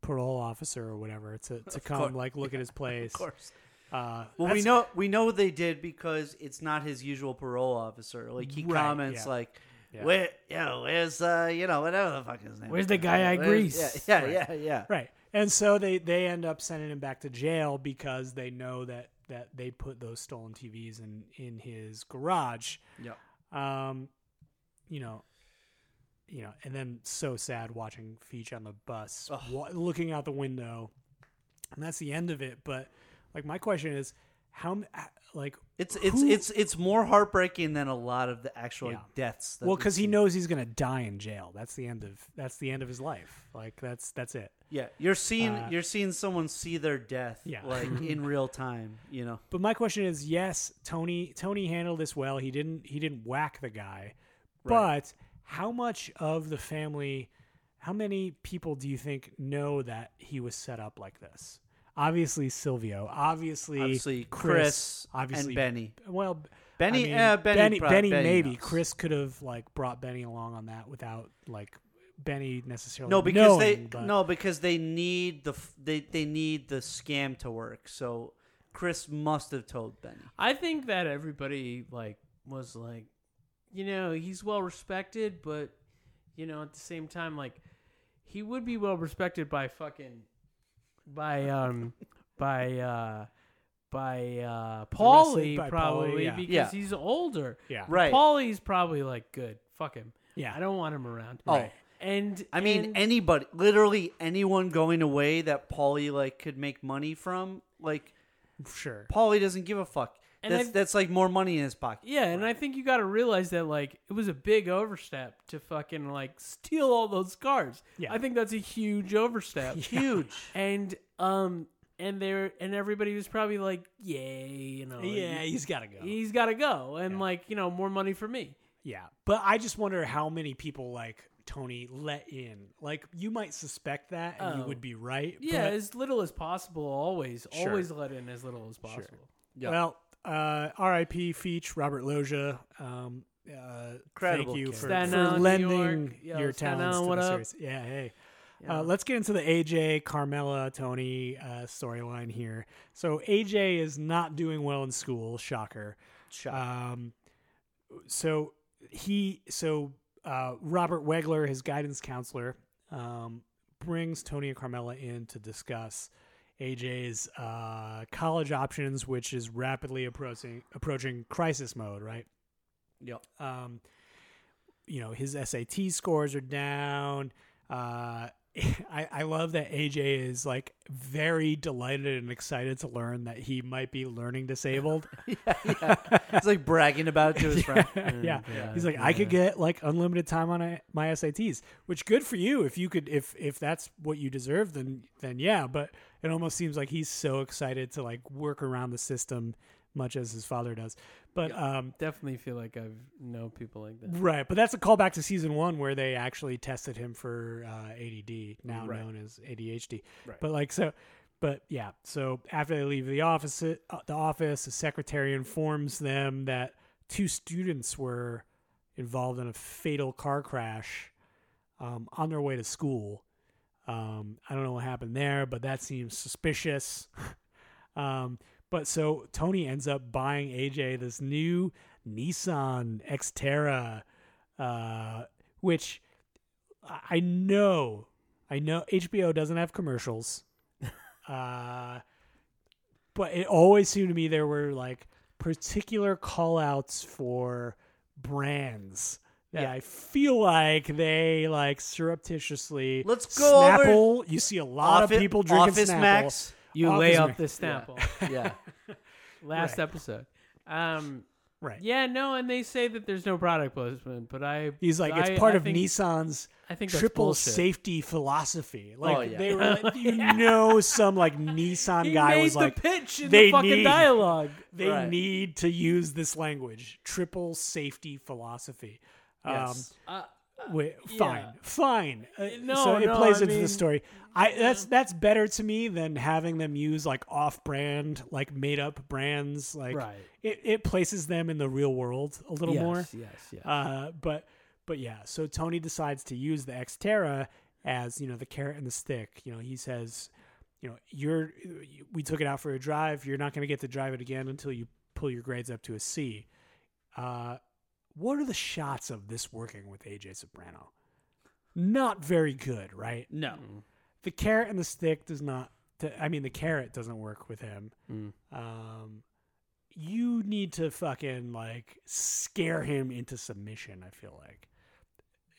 [SPEAKER 5] parole officer or whatever to, to come
[SPEAKER 3] course.
[SPEAKER 5] like look at his place.
[SPEAKER 3] Of course.
[SPEAKER 5] Uh,
[SPEAKER 3] Well, we
[SPEAKER 5] that's-
[SPEAKER 3] know we know they did because it's not his usual parole officer. Like he
[SPEAKER 5] Right,
[SPEAKER 3] comments
[SPEAKER 5] yeah.
[SPEAKER 3] like,
[SPEAKER 5] Yeah.
[SPEAKER 3] "Where, yeah, where's uh, you know, whatever the fuck his name.
[SPEAKER 2] Where's
[SPEAKER 3] is.
[SPEAKER 2] the guy I
[SPEAKER 3] Where's-
[SPEAKER 2] grease?
[SPEAKER 3] Yeah, yeah, yeah, yeah.
[SPEAKER 5] right. And so they they end up sending him back to jail because they know that that they put those stolen TVs in in his garage.
[SPEAKER 3] Yep.
[SPEAKER 5] Um, you know. You know, and then so sad watching Feach on the bus, wa- looking out the window, and that's the end of it. But like, my question is, how m- h- like
[SPEAKER 3] It's it's
[SPEAKER 5] who-
[SPEAKER 3] it's it's more heartbreaking than a lot of the actual
[SPEAKER 5] Yeah.
[SPEAKER 3] deaths. That
[SPEAKER 5] well,
[SPEAKER 3] we
[SPEAKER 5] because he
[SPEAKER 3] see.
[SPEAKER 5] knows he's gonna die in jail. That's the end of that's the end of his life. Like that's that's it.
[SPEAKER 3] Yeah, you're seeing
[SPEAKER 5] Uh,
[SPEAKER 3] you're seeing someone see their death.
[SPEAKER 5] Yeah.
[SPEAKER 3] like in real time. You know.
[SPEAKER 5] But my question is, yes, Tony Tony handled this well. He didn't he didn't whack the guy, but how much of the family, how many people do you think know that he was set up like this? Obviously Silvio, obviously,
[SPEAKER 3] Obviously
[SPEAKER 5] Chris,
[SPEAKER 3] Chris and
[SPEAKER 5] obviously
[SPEAKER 3] Benny.
[SPEAKER 5] Well,
[SPEAKER 3] Benny-
[SPEAKER 5] I mean,
[SPEAKER 3] uh, Benny
[SPEAKER 5] Benny,
[SPEAKER 3] prob-
[SPEAKER 5] Benny
[SPEAKER 3] Benny
[SPEAKER 5] maybe
[SPEAKER 3] knows.
[SPEAKER 5] Chris could have like brought Benny along on that without like Benny necessarily.
[SPEAKER 3] No, because
[SPEAKER 5] knowing,
[SPEAKER 3] they
[SPEAKER 5] but-
[SPEAKER 3] no because they need the f- they they need the scam to work. So Chris must have told Benny.
[SPEAKER 2] I think that everybody like was like, you know, he's well respected, but you know, at the same time, like he would be well respected by fucking by um by uh by uh Paulie
[SPEAKER 5] by Pauly,
[SPEAKER 2] probably
[SPEAKER 5] yeah.
[SPEAKER 2] because
[SPEAKER 3] Yeah.
[SPEAKER 2] he's older.
[SPEAKER 5] yeah
[SPEAKER 3] Right.
[SPEAKER 2] Paulie's probably like good. Fuck him.
[SPEAKER 5] yeah
[SPEAKER 2] I don't want him around.
[SPEAKER 3] Oh. Right.
[SPEAKER 2] and
[SPEAKER 3] I mean,
[SPEAKER 2] and,
[SPEAKER 3] anybody, literally anyone going away that Paulie like could make money from, like
[SPEAKER 5] sure
[SPEAKER 3] Paulie doesn't give a fuck.
[SPEAKER 2] And
[SPEAKER 3] that's
[SPEAKER 2] I've-
[SPEAKER 3] that's like more money in his pocket.
[SPEAKER 2] Yeah, and I think you got to realize that like it was a big overstep to fucking like steal all those cars.
[SPEAKER 5] Yeah.
[SPEAKER 2] I think that's a huge overstep.
[SPEAKER 3] Huge.
[SPEAKER 2] And um and there and everybody was probably like, "Yay, you know."
[SPEAKER 5] Yeah, he's got to go.
[SPEAKER 2] He's got to go and like, you know, more money for me.
[SPEAKER 5] Yeah, but I just wonder how many people like Tony let in. Like you might suspect that, and you
[SPEAKER 2] Oh.
[SPEAKER 5] would be right.
[SPEAKER 2] Yeah,
[SPEAKER 5] but-
[SPEAKER 2] as little as possible always. Always let in as little as possible.
[SPEAKER 5] well, uh, R.I.P. Feach, Robert Loja. Um, uh, thank
[SPEAKER 3] Incredible
[SPEAKER 5] you
[SPEAKER 3] kid.
[SPEAKER 5] for,
[SPEAKER 2] Staten
[SPEAKER 5] for
[SPEAKER 2] Island, New York.
[SPEAKER 5] lending
[SPEAKER 2] Yo,
[SPEAKER 5] your
[SPEAKER 2] Staten
[SPEAKER 5] talents
[SPEAKER 2] Island,
[SPEAKER 5] to
[SPEAKER 2] what
[SPEAKER 5] the
[SPEAKER 2] up?
[SPEAKER 5] series. Yeah, hey. Uh, let's get into the AJ, Carmela, Tony uh, storyline here. So AJ is not doing well in school. Shocker. Um, so he so uh, Robert Wegler, his guidance counselor, um, brings Tony and Carmela in to discuss AJ's uh, college options, which is rapidly approaching approaching crisis mode. Right.
[SPEAKER 3] Yep.
[SPEAKER 5] Um, you know his SAT scores are down. Uh, I, I love that AJ is like very delighted and excited to learn that he might be learning disabled.
[SPEAKER 3] He's like bragging about it to his friend.
[SPEAKER 5] yeah. He's like, I could get like unlimited time on a, my SATs, which good for you if you could if if that's what you deserve, then then yeah. But it almost seems like he's so excited to like work around the system, much as his father does. But um,
[SPEAKER 2] Definitely feel like I've know people like that.
[SPEAKER 5] right. But that's a callback to season one where they actually tested him for uh, ADD, now known as ADHD. Right. But like so. But yeah, so after they leave the office, uh, the office, the secretary informs them that two students were involved in a fatal car crash um, on their way to school. Um, I don't know what happened there, but that seems suspicious. um, but so Tony ends up buying AJ this new Nissan Xterra, uh, which I I know, I know HBO doesn't have commercials. uh, but it always seemed to me there were like particular call outs for brands that I feel like they like surreptitiously
[SPEAKER 3] Let's go over-
[SPEAKER 5] Snapple. You see a lot
[SPEAKER 3] Office-
[SPEAKER 5] of people drinking
[SPEAKER 3] Office
[SPEAKER 5] Snapple.
[SPEAKER 3] Max.
[SPEAKER 2] You
[SPEAKER 5] Office
[SPEAKER 2] lay
[SPEAKER 5] Max.
[SPEAKER 2] off the Snapple.
[SPEAKER 3] Yeah.
[SPEAKER 2] Last episode. Um
[SPEAKER 5] Right.
[SPEAKER 2] Yeah, no, and they say that there's no product placement, but I
[SPEAKER 5] He's like,
[SPEAKER 2] I-
[SPEAKER 5] it's part
[SPEAKER 2] I
[SPEAKER 5] of
[SPEAKER 2] think-
[SPEAKER 5] Nissan's
[SPEAKER 2] I think that's
[SPEAKER 5] triple
[SPEAKER 2] bullshit.
[SPEAKER 5] safety philosophy. Like
[SPEAKER 3] Oh, yeah.
[SPEAKER 5] they were, like, you know, some like Nissan
[SPEAKER 2] He
[SPEAKER 5] guy
[SPEAKER 2] made
[SPEAKER 5] was
[SPEAKER 2] the
[SPEAKER 5] like,
[SPEAKER 2] pitch in
[SPEAKER 5] they
[SPEAKER 2] the fucking
[SPEAKER 5] need-
[SPEAKER 2] dialogue.
[SPEAKER 5] they
[SPEAKER 3] Right.
[SPEAKER 5] need to use this language, triple safety philosophy.
[SPEAKER 3] Yes.
[SPEAKER 5] Um, wait, fine, fine. Uh,
[SPEAKER 2] Uh, No,
[SPEAKER 5] so it
[SPEAKER 2] no,
[SPEAKER 5] plays
[SPEAKER 2] I
[SPEAKER 5] into the
[SPEAKER 2] mean-
[SPEAKER 5] story. I that's that's better to me than having them use like off-brand, like made-up brands. Like
[SPEAKER 2] Right.
[SPEAKER 5] it, it places them in the real world a little
[SPEAKER 2] yes,
[SPEAKER 5] more.
[SPEAKER 2] yes, yes.
[SPEAKER 5] Uh, but but yeah, so Tony decides to use the Xterra as you know the carrot and the stick. You know, he says, you know, you're we took it out for a drive. You're not going to get to drive it again until you pull your grades up to a C. Uh, what are the shots of this working with AJ Soprano? Not very good, right?
[SPEAKER 3] No.
[SPEAKER 5] The carrot and the stick does not. t- I mean, the carrot doesn't work with him. Um, you need to fucking like scare him into submission. I feel like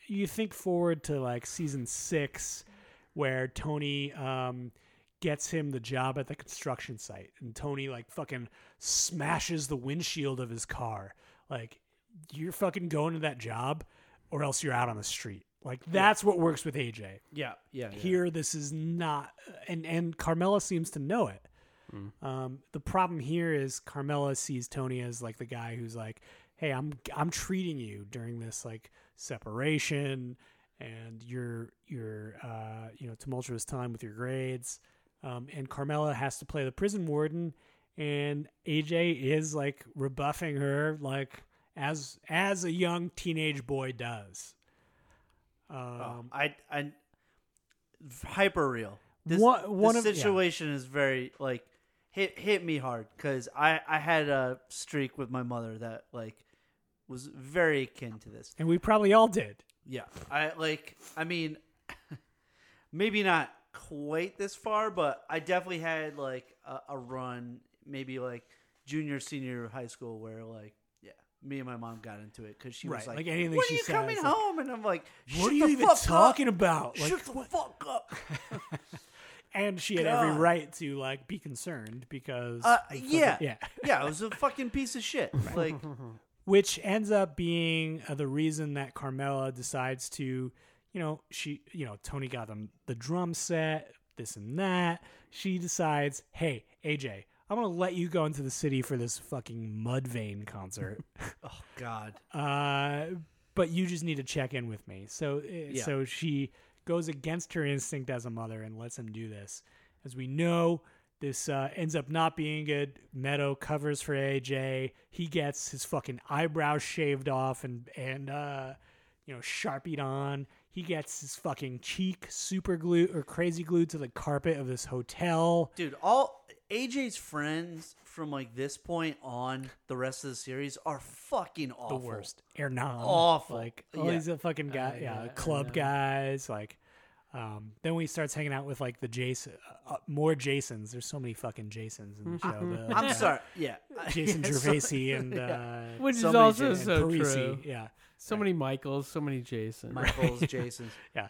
[SPEAKER 5] you think forward to like season six, where Tony um gets him the job at the construction site, and Tony like fucking smashes the windshield of his car. Like you're fucking going to that job, or else you're out on the street. Like that's what works with AJ
[SPEAKER 3] Yeah. Yeah. yeah.
[SPEAKER 5] here this is not and and carmela seems to know it um the problem here is carmela sees tony as like the guy who's like hey i'm i'm treating you during this like separation and your your uh you know tumultuous time with your grades um and carmela has to play the prison warden and aj is like rebuffing her like as as a young teenage boy does um
[SPEAKER 3] I I hyper real. This,
[SPEAKER 5] One- one
[SPEAKER 3] this
[SPEAKER 5] of- yeah.
[SPEAKER 3] situation is very like hit hit me hard because I I had a streak with my mother that like was very akin to this.
[SPEAKER 5] and we probably all did
[SPEAKER 3] Yeah, I like. I mean, maybe not quite this far, but I definitely had like a, a run, maybe like junior senior high school, where like. yeah, Me and my mom got into it because she
[SPEAKER 5] Right,
[SPEAKER 3] was like,
[SPEAKER 5] like anything
[SPEAKER 3] "When
[SPEAKER 5] she
[SPEAKER 3] are you
[SPEAKER 5] said,
[SPEAKER 3] coming
[SPEAKER 5] it's like,
[SPEAKER 3] home?" And I'm like,
[SPEAKER 5] What
[SPEAKER 3] "Shut
[SPEAKER 5] are you
[SPEAKER 3] the
[SPEAKER 5] even
[SPEAKER 3] fuck up.
[SPEAKER 5] talking about? Like,
[SPEAKER 3] Shut the fuck up!"
[SPEAKER 5] and she had every
[SPEAKER 3] God.
[SPEAKER 5] right to like be concerned because
[SPEAKER 3] Uh, yeah.
[SPEAKER 5] yeah.
[SPEAKER 3] yeah, it was a fucking piece of shit. Like,
[SPEAKER 5] which ends up being uh, the reason that Carmela decides to, you know, she, you know, Tony got them the drum set, this and that. She decides, hey, AJ, I'm gonna let you go into the city for this fucking Mudvayne concert,
[SPEAKER 3] oh god.
[SPEAKER 5] uh, but you just need to check in with me. So, uh, so she goes against her instinct as a mother and lets him do this. As we know. This uh, ends up not being good. Meadow covers for AJ. He gets his fucking eyebrows shaved off and and uh, you know sharpied on. He gets his fucking cheek super glued or crazy glued to the carpet of this hotel.
[SPEAKER 3] Dude, all AJ's friends from like this point on the rest of the series are fucking awful.
[SPEAKER 5] the worst. Ernan.
[SPEAKER 3] Awful.
[SPEAKER 5] Like, oh,
[SPEAKER 3] Yeah.
[SPEAKER 5] he's a fucking guy. yeah, club guys. Like, um, then we starts hanging out with like the Jason, uh, uh, more Jasons. There's so many fucking Jasons in the show. The,
[SPEAKER 3] Mm-hmm. I'm
[SPEAKER 5] uh,
[SPEAKER 3] sorry. Yeah.
[SPEAKER 5] Jason
[SPEAKER 3] Yeah, so-
[SPEAKER 5] Gervaisi and uh,
[SPEAKER 2] Which is
[SPEAKER 3] So many
[SPEAKER 2] also
[SPEAKER 3] Jasons.
[SPEAKER 5] and
[SPEAKER 2] so
[SPEAKER 5] Parisi.
[SPEAKER 2] true.
[SPEAKER 5] Yeah,
[SPEAKER 2] So many Michaels, so many Jasons.
[SPEAKER 3] Michael's, Jason's.
[SPEAKER 5] yeah.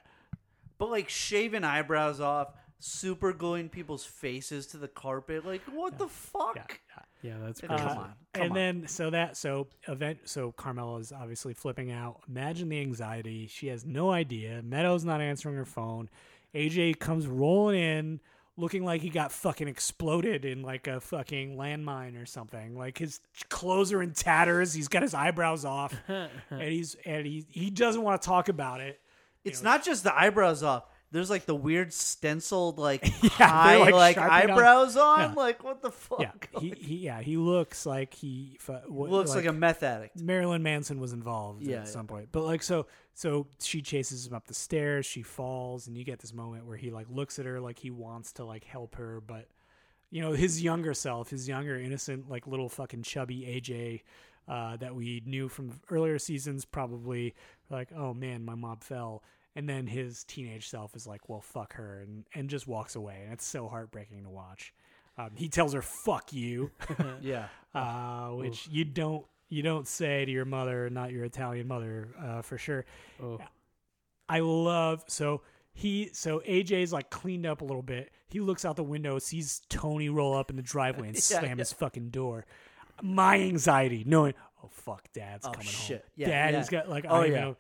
[SPEAKER 3] But like shaving eyebrows off, super gluing people's faces to the carpet. Like, what the fuck?
[SPEAKER 2] Yeah, that's
[SPEAKER 3] Come
[SPEAKER 2] crazy.
[SPEAKER 3] on. Come
[SPEAKER 5] Uh, and
[SPEAKER 3] on.
[SPEAKER 5] then so that so event so Carmela is obviously flipping out. Imagine the anxiety. She has no idea. Meadows not answering her phone. AJ comes rolling in looking like he got fucking exploded in like a fucking landmine or something. Like his clothes are in tatters. He's got his eyebrows off. and he's and he he doesn't want to talk about it.
[SPEAKER 3] It's not just the eyebrows off. There's like the weird stenciled like
[SPEAKER 5] they're,
[SPEAKER 3] high
[SPEAKER 5] like,
[SPEAKER 3] like,
[SPEAKER 5] sharpie on-
[SPEAKER 3] eyebrows on.
[SPEAKER 5] Yeah.
[SPEAKER 3] Like what the fuck?
[SPEAKER 5] Yeah. He, he yeah, he looks like he fu- what,
[SPEAKER 3] looks like, a meth addict.
[SPEAKER 5] Marilyn Manson was involved
[SPEAKER 3] Yeah,
[SPEAKER 5] at
[SPEAKER 3] yeah.
[SPEAKER 5] some point. But like so so she chases him up the stairs, she falls, and you get this moment where he like looks at her like he wants to like help her, but you know, his younger self, his younger innocent like little fucking chubby AJ uh, that we knew from earlier seasons probably like, "Oh man, my mom fell." And then his teenage self is like, "Well, fuck her," and, and just walks away, and it's so heartbreaking to watch. Um, he tells her, "Fuck you,"
[SPEAKER 3] Yeah.
[SPEAKER 5] uh, which you don't you don't say to your mother, not your Italian mother, uh, for sure. I love so he so AJ's like cleaned up a little bit. He looks out the window, sees Tony roll up in the driveway and slam his fucking door. My anxiety, knowing oh fuck, Dad's coming
[SPEAKER 3] shit.
[SPEAKER 5] home.
[SPEAKER 3] Yeah,
[SPEAKER 5] Dad
[SPEAKER 3] yeah.
[SPEAKER 5] has got like
[SPEAKER 3] Oh,
[SPEAKER 5] I
[SPEAKER 3] yeah.
[SPEAKER 5] know.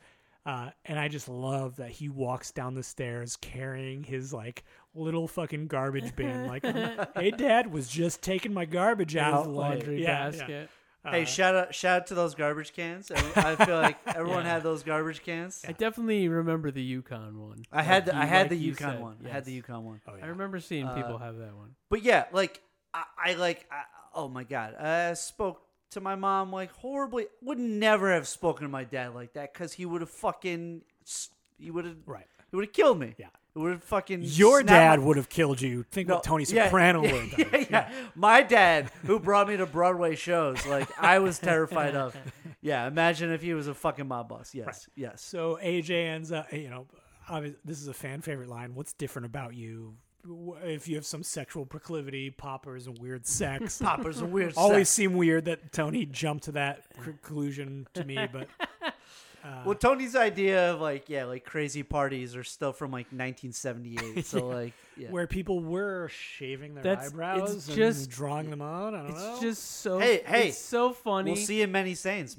[SPEAKER 5] Uh, and I just love that he walks down the stairs carrying his like little fucking garbage bin. Like, hey, Dad was just taking my garbage
[SPEAKER 2] His
[SPEAKER 5] out. like,
[SPEAKER 2] laundry
[SPEAKER 5] yeah, yeah.
[SPEAKER 2] basket.
[SPEAKER 3] hey, shout out shout out to those garbage cans. I, I feel like everyone had those garbage cans.
[SPEAKER 2] I definitely remember the Yukon one.
[SPEAKER 3] I had the,
[SPEAKER 2] Like
[SPEAKER 3] I
[SPEAKER 2] you-
[SPEAKER 3] had
[SPEAKER 2] like
[SPEAKER 3] the
[SPEAKER 2] you
[SPEAKER 3] Yukon
[SPEAKER 2] said,
[SPEAKER 3] one. I had the
[SPEAKER 2] yes.
[SPEAKER 3] Yukon one. Uh,
[SPEAKER 2] I remember seeing people have that one.
[SPEAKER 3] But yeah, like I, I like I, oh my god, I spoke to my mom like horribly. Would never have spoken to my dad like that because he would have fucking s- he would have
[SPEAKER 5] Right.
[SPEAKER 3] He would have killed me.
[SPEAKER 5] Yeah.
[SPEAKER 3] He would have fucking
[SPEAKER 5] Your
[SPEAKER 3] snapped
[SPEAKER 5] dad
[SPEAKER 3] my-
[SPEAKER 5] would have killed you. Think
[SPEAKER 3] No,
[SPEAKER 5] what Tony
[SPEAKER 3] yeah,
[SPEAKER 5] Soprano
[SPEAKER 3] yeah,
[SPEAKER 5] would have
[SPEAKER 3] Yeah,
[SPEAKER 5] done.
[SPEAKER 3] yeah. My dad, who brought me to Broadway shows, like I was terrified of. Yeah, imagine if he was a fucking mob boss. Yes, yes.
[SPEAKER 5] So AJ ends up, you know, obvi- this is a fan favorite line. What's different about you? Wh- If you have some sexual proclivity, poppers and weird sex.
[SPEAKER 3] Poppers and weird
[SPEAKER 5] Always
[SPEAKER 3] sex.
[SPEAKER 5] seem weird that Tony jumped to that conclusion to me, but
[SPEAKER 3] Well, Tony's idea of like yeah, like crazy parties are still from like 1978. So like yeah.
[SPEAKER 5] where people were shaving their
[SPEAKER 2] That's-
[SPEAKER 5] eyebrows
[SPEAKER 2] it's
[SPEAKER 5] and
[SPEAKER 2] just-
[SPEAKER 5] drawing them on, I don't
[SPEAKER 2] It's
[SPEAKER 5] know.
[SPEAKER 2] just so
[SPEAKER 3] Hey, hey,
[SPEAKER 2] it's so funny.
[SPEAKER 3] We'll see in many saints.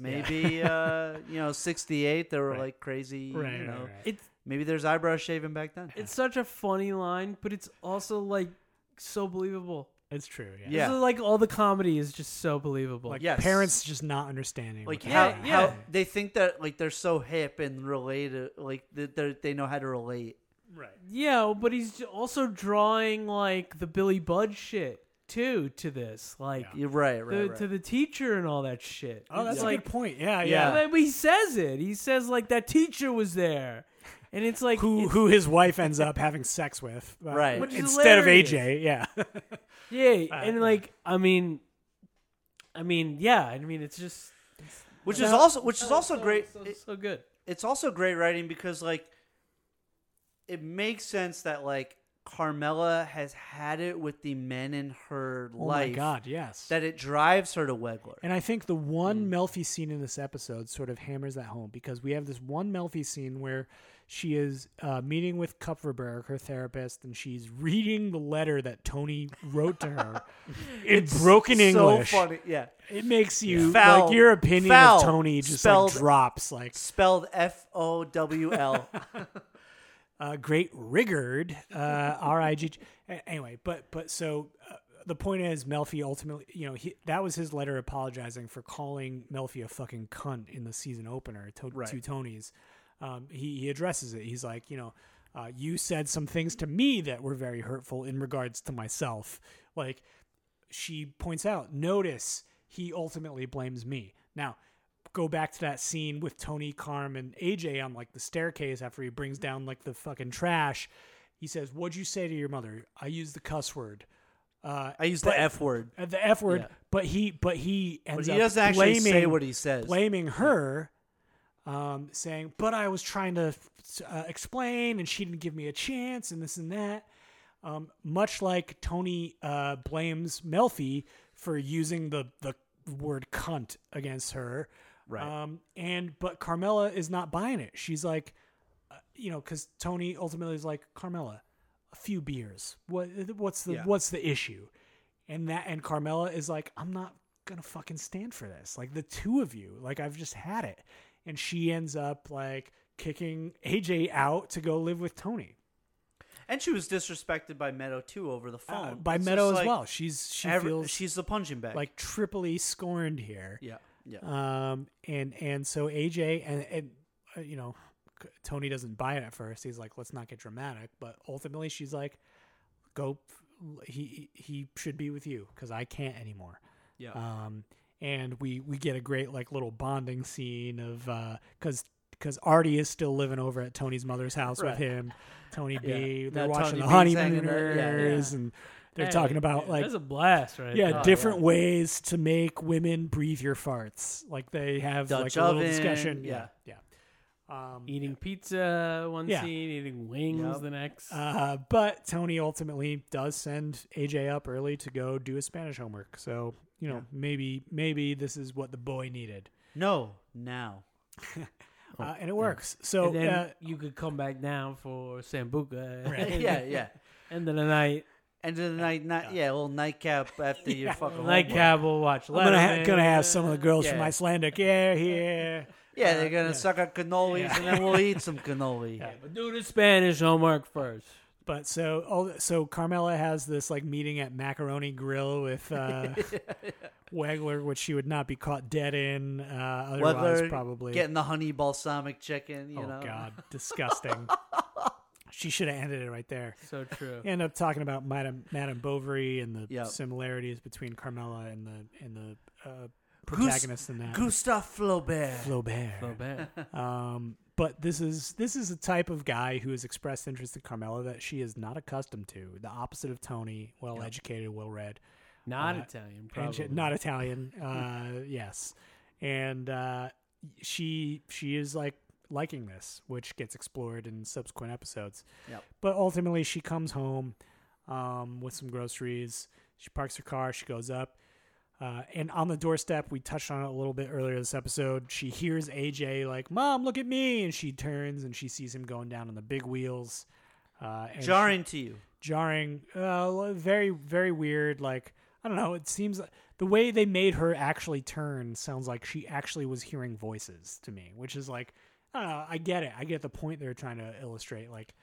[SPEAKER 3] Maybe uh, you know, '68 there were like crazy.
[SPEAKER 5] Right,
[SPEAKER 3] you
[SPEAKER 5] right,
[SPEAKER 3] know,
[SPEAKER 5] right.
[SPEAKER 2] It's
[SPEAKER 3] maybe there's eyebrow shaving back then.
[SPEAKER 2] it's such a funny line, but it's also like so believable.
[SPEAKER 5] it's true. Yeah.
[SPEAKER 3] Yeah.
[SPEAKER 2] This is, like all the comedy is just so believable.
[SPEAKER 5] Like
[SPEAKER 3] Yes.
[SPEAKER 5] parents just not understanding.
[SPEAKER 3] like
[SPEAKER 5] what-
[SPEAKER 3] how,
[SPEAKER 2] Yeah, yeah.
[SPEAKER 3] how they think that like they're so hip and related, like that they're- they know how to relate.
[SPEAKER 2] yeah, but he's also drawing like the Billy Budd shit too to this, like
[SPEAKER 3] You're right, right,
[SPEAKER 2] the,
[SPEAKER 3] right.
[SPEAKER 2] to the teacher and all that shit.
[SPEAKER 5] Oh, that's
[SPEAKER 2] It's
[SPEAKER 5] a
[SPEAKER 2] like
[SPEAKER 5] good point. Yeah,
[SPEAKER 3] Yeah.
[SPEAKER 5] yeah.
[SPEAKER 2] But he says it. He says like that teacher was there, and it's like
[SPEAKER 5] who
[SPEAKER 2] it's-
[SPEAKER 5] who his wife ends up having sex with, uh,
[SPEAKER 3] Right. Which
[SPEAKER 2] is
[SPEAKER 5] Instead
[SPEAKER 2] hilarious.
[SPEAKER 5] of AJ, yeah,
[SPEAKER 2] yeah, and like I mean, I mean, yeah, I mean, it's just
[SPEAKER 3] which is also which is also great.
[SPEAKER 2] Oh, so,
[SPEAKER 3] It-
[SPEAKER 2] so good.
[SPEAKER 3] it's also great writing because like it makes sense that like Carmela has had it with the men in her
[SPEAKER 5] Oh
[SPEAKER 3] life
[SPEAKER 5] my god, yes.
[SPEAKER 3] that it drives her to Wegler.
[SPEAKER 5] and I think the
[SPEAKER 3] Mm.
[SPEAKER 5] one Melfi scene in this episode sort of hammers that home because we have this one Melfi scene where She is uh, meeting with Kupferberg, her therapist, and she's reading the letter that Tony wrote to her in broken English.
[SPEAKER 3] So funny. Yeah.
[SPEAKER 5] It makes you
[SPEAKER 3] Foul.
[SPEAKER 5] like your opinion
[SPEAKER 3] Foul.
[SPEAKER 5] of Tony just
[SPEAKER 3] Spelled-
[SPEAKER 5] like drops. Like
[SPEAKER 3] Spelled F O W L.
[SPEAKER 5] uh, great rigard, uh, R I G. a- Anyway, but but so uh, the point is, Melfi ultimately, you know, he, that was his letter apologizing for calling Melfi a fucking cunt in the season opener to, to Tony's. Um, he he addresses it. He's like, you know, uh, you said some things to me that were very hurtful in regards to myself, like she points out, notice he ultimately blames me. Now, go back to that scene with Tony, Carm, and AJ on like the staircase after he brings down like the fucking trash. He says, What'd you say to your mother? I used the cuss word. Uh,
[SPEAKER 3] I use
[SPEAKER 5] but-
[SPEAKER 3] the F word.
[SPEAKER 5] uh, the F word,
[SPEAKER 3] Yeah.
[SPEAKER 5] but he but he ends
[SPEAKER 3] he
[SPEAKER 5] up
[SPEAKER 3] doesn't actually
[SPEAKER 5] blaming,
[SPEAKER 3] say what he says.
[SPEAKER 5] blaming her, um, saying, "But I was trying to uh, explain, and she didn't give me a chance, and this and that." Um, much like Tony uh, blames Melfi for using the the word cunt against her,
[SPEAKER 3] Right.
[SPEAKER 5] Um, and but Carmela is not buying it. She's like, uh, you know, because Tony ultimately is like, Carmela, a few beers. What what's the
[SPEAKER 3] Yeah.
[SPEAKER 5] what's the issue? And that and Carmela is like, I'm not gonna fucking stand for this. Like the two of you, like I've just had it. And she ends up like kicking AJ out to go live with Tony
[SPEAKER 3] And she was disrespected by Meadow too over the phone.
[SPEAKER 5] uh, by
[SPEAKER 3] It's
[SPEAKER 5] Meadow
[SPEAKER 3] just
[SPEAKER 5] as
[SPEAKER 3] like
[SPEAKER 5] well. She's she
[SPEAKER 3] every-
[SPEAKER 5] feels
[SPEAKER 3] she's the punching bag.
[SPEAKER 5] like triply scorned here.
[SPEAKER 3] yeah, yeah.
[SPEAKER 5] Um, and and so AJ and and uh, you know, c- Tony doesn't buy it at first. He's like, let's not get dramatic, but ultimately she's like, go. f- He he he should be with you because I can't anymore.
[SPEAKER 3] Yeah.
[SPEAKER 5] Um, and we we get a great like little bonding scene of uh, because. Because Artie is still living over at Tony's mother's house
[SPEAKER 3] Right.
[SPEAKER 5] with him, Tony B.
[SPEAKER 3] Yeah.
[SPEAKER 5] They're
[SPEAKER 3] Now
[SPEAKER 5] watching the
[SPEAKER 3] Tony B's hanging out. Yeah, yeah.
[SPEAKER 5] Honeymooners, and they're talking about like
[SPEAKER 2] that's a blast, right?
[SPEAKER 5] yeah,
[SPEAKER 2] there.
[SPEAKER 5] different ways to make women breathe your farts. Like they have like
[SPEAKER 3] Dutch
[SPEAKER 5] a little
[SPEAKER 3] oven,
[SPEAKER 5] discussion.
[SPEAKER 3] yeah.
[SPEAKER 5] yeah. yeah. Um,
[SPEAKER 2] eating pizza one
[SPEAKER 5] Yeah.
[SPEAKER 2] scene, eating wings
[SPEAKER 3] Yep.
[SPEAKER 2] the next.
[SPEAKER 5] uh, but Tony ultimately does send AJ up early to go do his Spanish homework. So you know maybe maybe this is what the boy needed,
[SPEAKER 3] no, now. Oh,
[SPEAKER 5] uh, and it works. So
[SPEAKER 2] and then
[SPEAKER 5] uh,
[SPEAKER 2] you could come back down for sambuca.
[SPEAKER 5] Right.
[SPEAKER 3] yeah, yeah.
[SPEAKER 2] End of the night,
[SPEAKER 3] And then night, night, yeah, a little nightcap after your fucking
[SPEAKER 2] night
[SPEAKER 3] homework.
[SPEAKER 2] cab. We'll watch.
[SPEAKER 5] Oh, I'm gonna ha- gonna have some of the girls from
[SPEAKER 3] Yeah.
[SPEAKER 5] Icelandic air here.
[SPEAKER 3] Yeah, they're gonna suck our cannolis and then we'll eat some cannoli.
[SPEAKER 2] But do the Spanish homework first.
[SPEAKER 5] But so all so Carmela has this like meeting at Macaroni Grill with uh, Wegler, which she would not be caught dead in uh, otherwise,
[SPEAKER 3] Whether
[SPEAKER 5] probably.
[SPEAKER 3] getting the honey balsamic chicken, you
[SPEAKER 5] oh
[SPEAKER 3] know.
[SPEAKER 5] God, disgusting! she should have ended it right there.
[SPEAKER 2] So true.
[SPEAKER 5] End up talking about Madame, Madame Bovary and the
[SPEAKER 3] Yep.
[SPEAKER 5] similarities between Carmela and the and the uh,
[SPEAKER 3] Gus-
[SPEAKER 5] protagonist in that
[SPEAKER 3] Gustave Flaubert.
[SPEAKER 5] Flaubert.
[SPEAKER 2] So bad.
[SPEAKER 5] Um, but this is this is a type of guy who has expressed interest in Carmela that she is not accustomed to. The opposite of Tony, well educated, well read,
[SPEAKER 2] Not Italian,
[SPEAKER 5] Uh, and
[SPEAKER 2] probably.
[SPEAKER 5] she- not Italian. Uh, yes, and uh, she she is like liking this, which gets explored in subsequent episodes.
[SPEAKER 3] Yep.
[SPEAKER 5] But ultimately, she comes home um, with some groceries. She parks her car. She goes up. Uh, and on the doorstep, we touched on it a little bit earlier this episode. She hears AJ like, "Mom, look at me!" and she turns and she sees him going down on the big wheels. Uh, and she-
[SPEAKER 3] Jarring to you.
[SPEAKER 5] jarring, uh, very very weird. Like I don't know. It seems like the way they made her actually turn sounds like she actually was hearing voices to me, which is like I don't know. I get it. I get the point they're trying to illustrate. Like,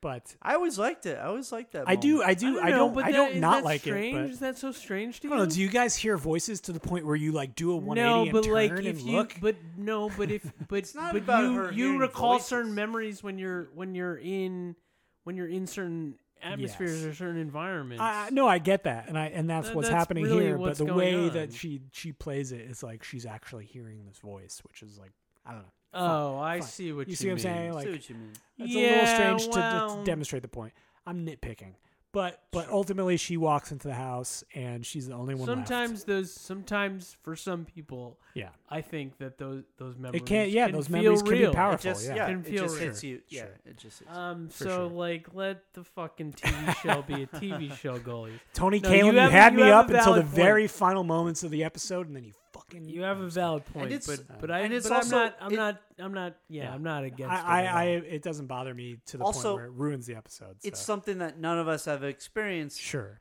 [SPEAKER 5] but
[SPEAKER 3] I always liked it. I always liked that.
[SPEAKER 5] I do.
[SPEAKER 3] moment.
[SPEAKER 5] I do. I
[SPEAKER 2] know,
[SPEAKER 5] don't.
[SPEAKER 2] but
[SPEAKER 5] I
[SPEAKER 2] that-
[SPEAKER 5] don't
[SPEAKER 2] is
[SPEAKER 5] not
[SPEAKER 2] that
[SPEAKER 5] like
[SPEAKER 2] strange?
[SPEAKER 5] it.
[SPEAKER 2] Is
[SPEAKER 5] But
[SPEAKER 2] that so strange to
[SPEAKER 5] I
[SPEAKER 2] you?
[SPEAKER 5] don't know. Do you guys hear voices to the point where you like do a one eighty
[SPEAKER 2] no,
[SPEAKER 5] and
[SPEAKER 2] but
[SPEAKER 5] turn
[SPEAKER 2] like
[SPEAKER 5] and
[SPEAKER 2] if you,
[SPEAKER 5] look?
[SPEAKER 2] but no, but if but
[SPEAKER 3] not
[SPEAKER 2] but
[SPEAKER 3] about
[SPEAKER 2] you
[SPEAKER 3] her
[SPEAKER 2] you
[SPEAKER 3] hearing
[SPEAKER 2] recall
[SPEAKER 3] voices.
[SPEAKER 2] certain memories when you're when you're in when you're in certain atmospheres
[SPEAKER 5] Yes.
[SPEAKER 2] or certain environments.
[SPEAKER 5] I, I- no, I get that, and I and that's
[SPEAKER 2] Th-
[SPEAKER 5] what's
[SPEAKER 2] that's
[SPEAKER 5] happening
[SPEAKER 2] really
[SPEAKER 5] here.
[SPEAKER 2] what's
[SPEAKER 5] but the
[SPEAKER 2] going
[SPEAKER 5] way
[SPEAKER 2] on.
[SPEAKER 5] that she she plays it is like she's actually hearing this voice, which is like I don't know.
[SPEAKER 2] oh, I
[SPEAKER 5] Fine.
[SPEAKER 2] see what you,
[SPEAKER 5] you see what I'm
[SPEAKER 2] mean.
[SPEAKER 5] saying?
[SPEAKER 3] See
[SPEAKER 5] Like
[SPEAKER 3] what you mean.
[SPEAKER 5] it's a
[SPEAKER 2] Yeah,
[SPEAKER 5] little strange to d-
[SPEAKER 2] well-
[SPEAKER 5] to demonstrate the point. I'm nitpicking, but but ultimately she walks into the house and she's the only one. left.
[SPEAKER 2] sometimes those sometimes for some people,
[SPEAKER 5] yeah,
[SPEAKER 2] I think that those those memories
[SPEAKER 5] it can't. Yeah,
[SPEAKER 2] can
[SPEAKER 5] those
[SPEAKER 2] feel
[SPEAKER 5] memories can
[SPEAKER 2] real.
[SPEAKER 5] be powerful.
[SPEAKER 3] Just yeah,
[SPEAKER 5] yeah.
[SPEAKER 2] Can
[SPEAKER 3] it
[SPEAKER 2] feel
[SPEAKER 3] just
[SPEAKER 2] real.
[SPEAKER 3] hits you. Yeah,
[SPEAKER 5] Sure. Uh,
[SPEAKER 3] it just hits. you.
[SPEAKER 2] Um, so
[SPEAKER 5] sure.
[SPEAKER 2] like, let the fucking TV show be a TV show, goalie.
[SPEAKER 5] Tony
[SPEAKER 2] No,
[SPEAKER 5] Kalin,
[SPEAKER 2] you
[SPEAKER 5] you,
[SPEAKER 2] have-
[SPEAKER 5] had
[SPEAKER 2] you
[SPEAKER 5] me
[SPEAKER 2] have a
[SPEAKER 5] up until the
[SPEAKER 2] valid point.
[SPEAKER 5] very final moments of the episode, and then you fuck fucking
[SPEAKER 2] You have a valid point,
[SPEAKER 3] it's-
[SPEAKER 2] but
[SPEAKER 3] uh,
[SPEAKER 2] but I
[SPEAKER 3] and it's
[SPEAKER 2] but
[SPEAKER 3] also-
[SPEAKER 2] I'm not I'm
[SPEAKER 3] it-
[SPEAKER 2] not I'm not yeah, I'm not against. it
[SPEAKER 5] I,
[SPEAKER 2] at
[SPEAKER 5] I, I
[SPEAKER 2] all.
[SPEAKER 5] it doesn't bother me to the
[SPEAKER 3] Also,
[SPEAKER 5] point where it ruins the episode.
[SPEAKER 3] It's
[SPEAKER 5] so.
[SPEAKER 3] something that none of us have experienced.
[SPEAKER 5] sure.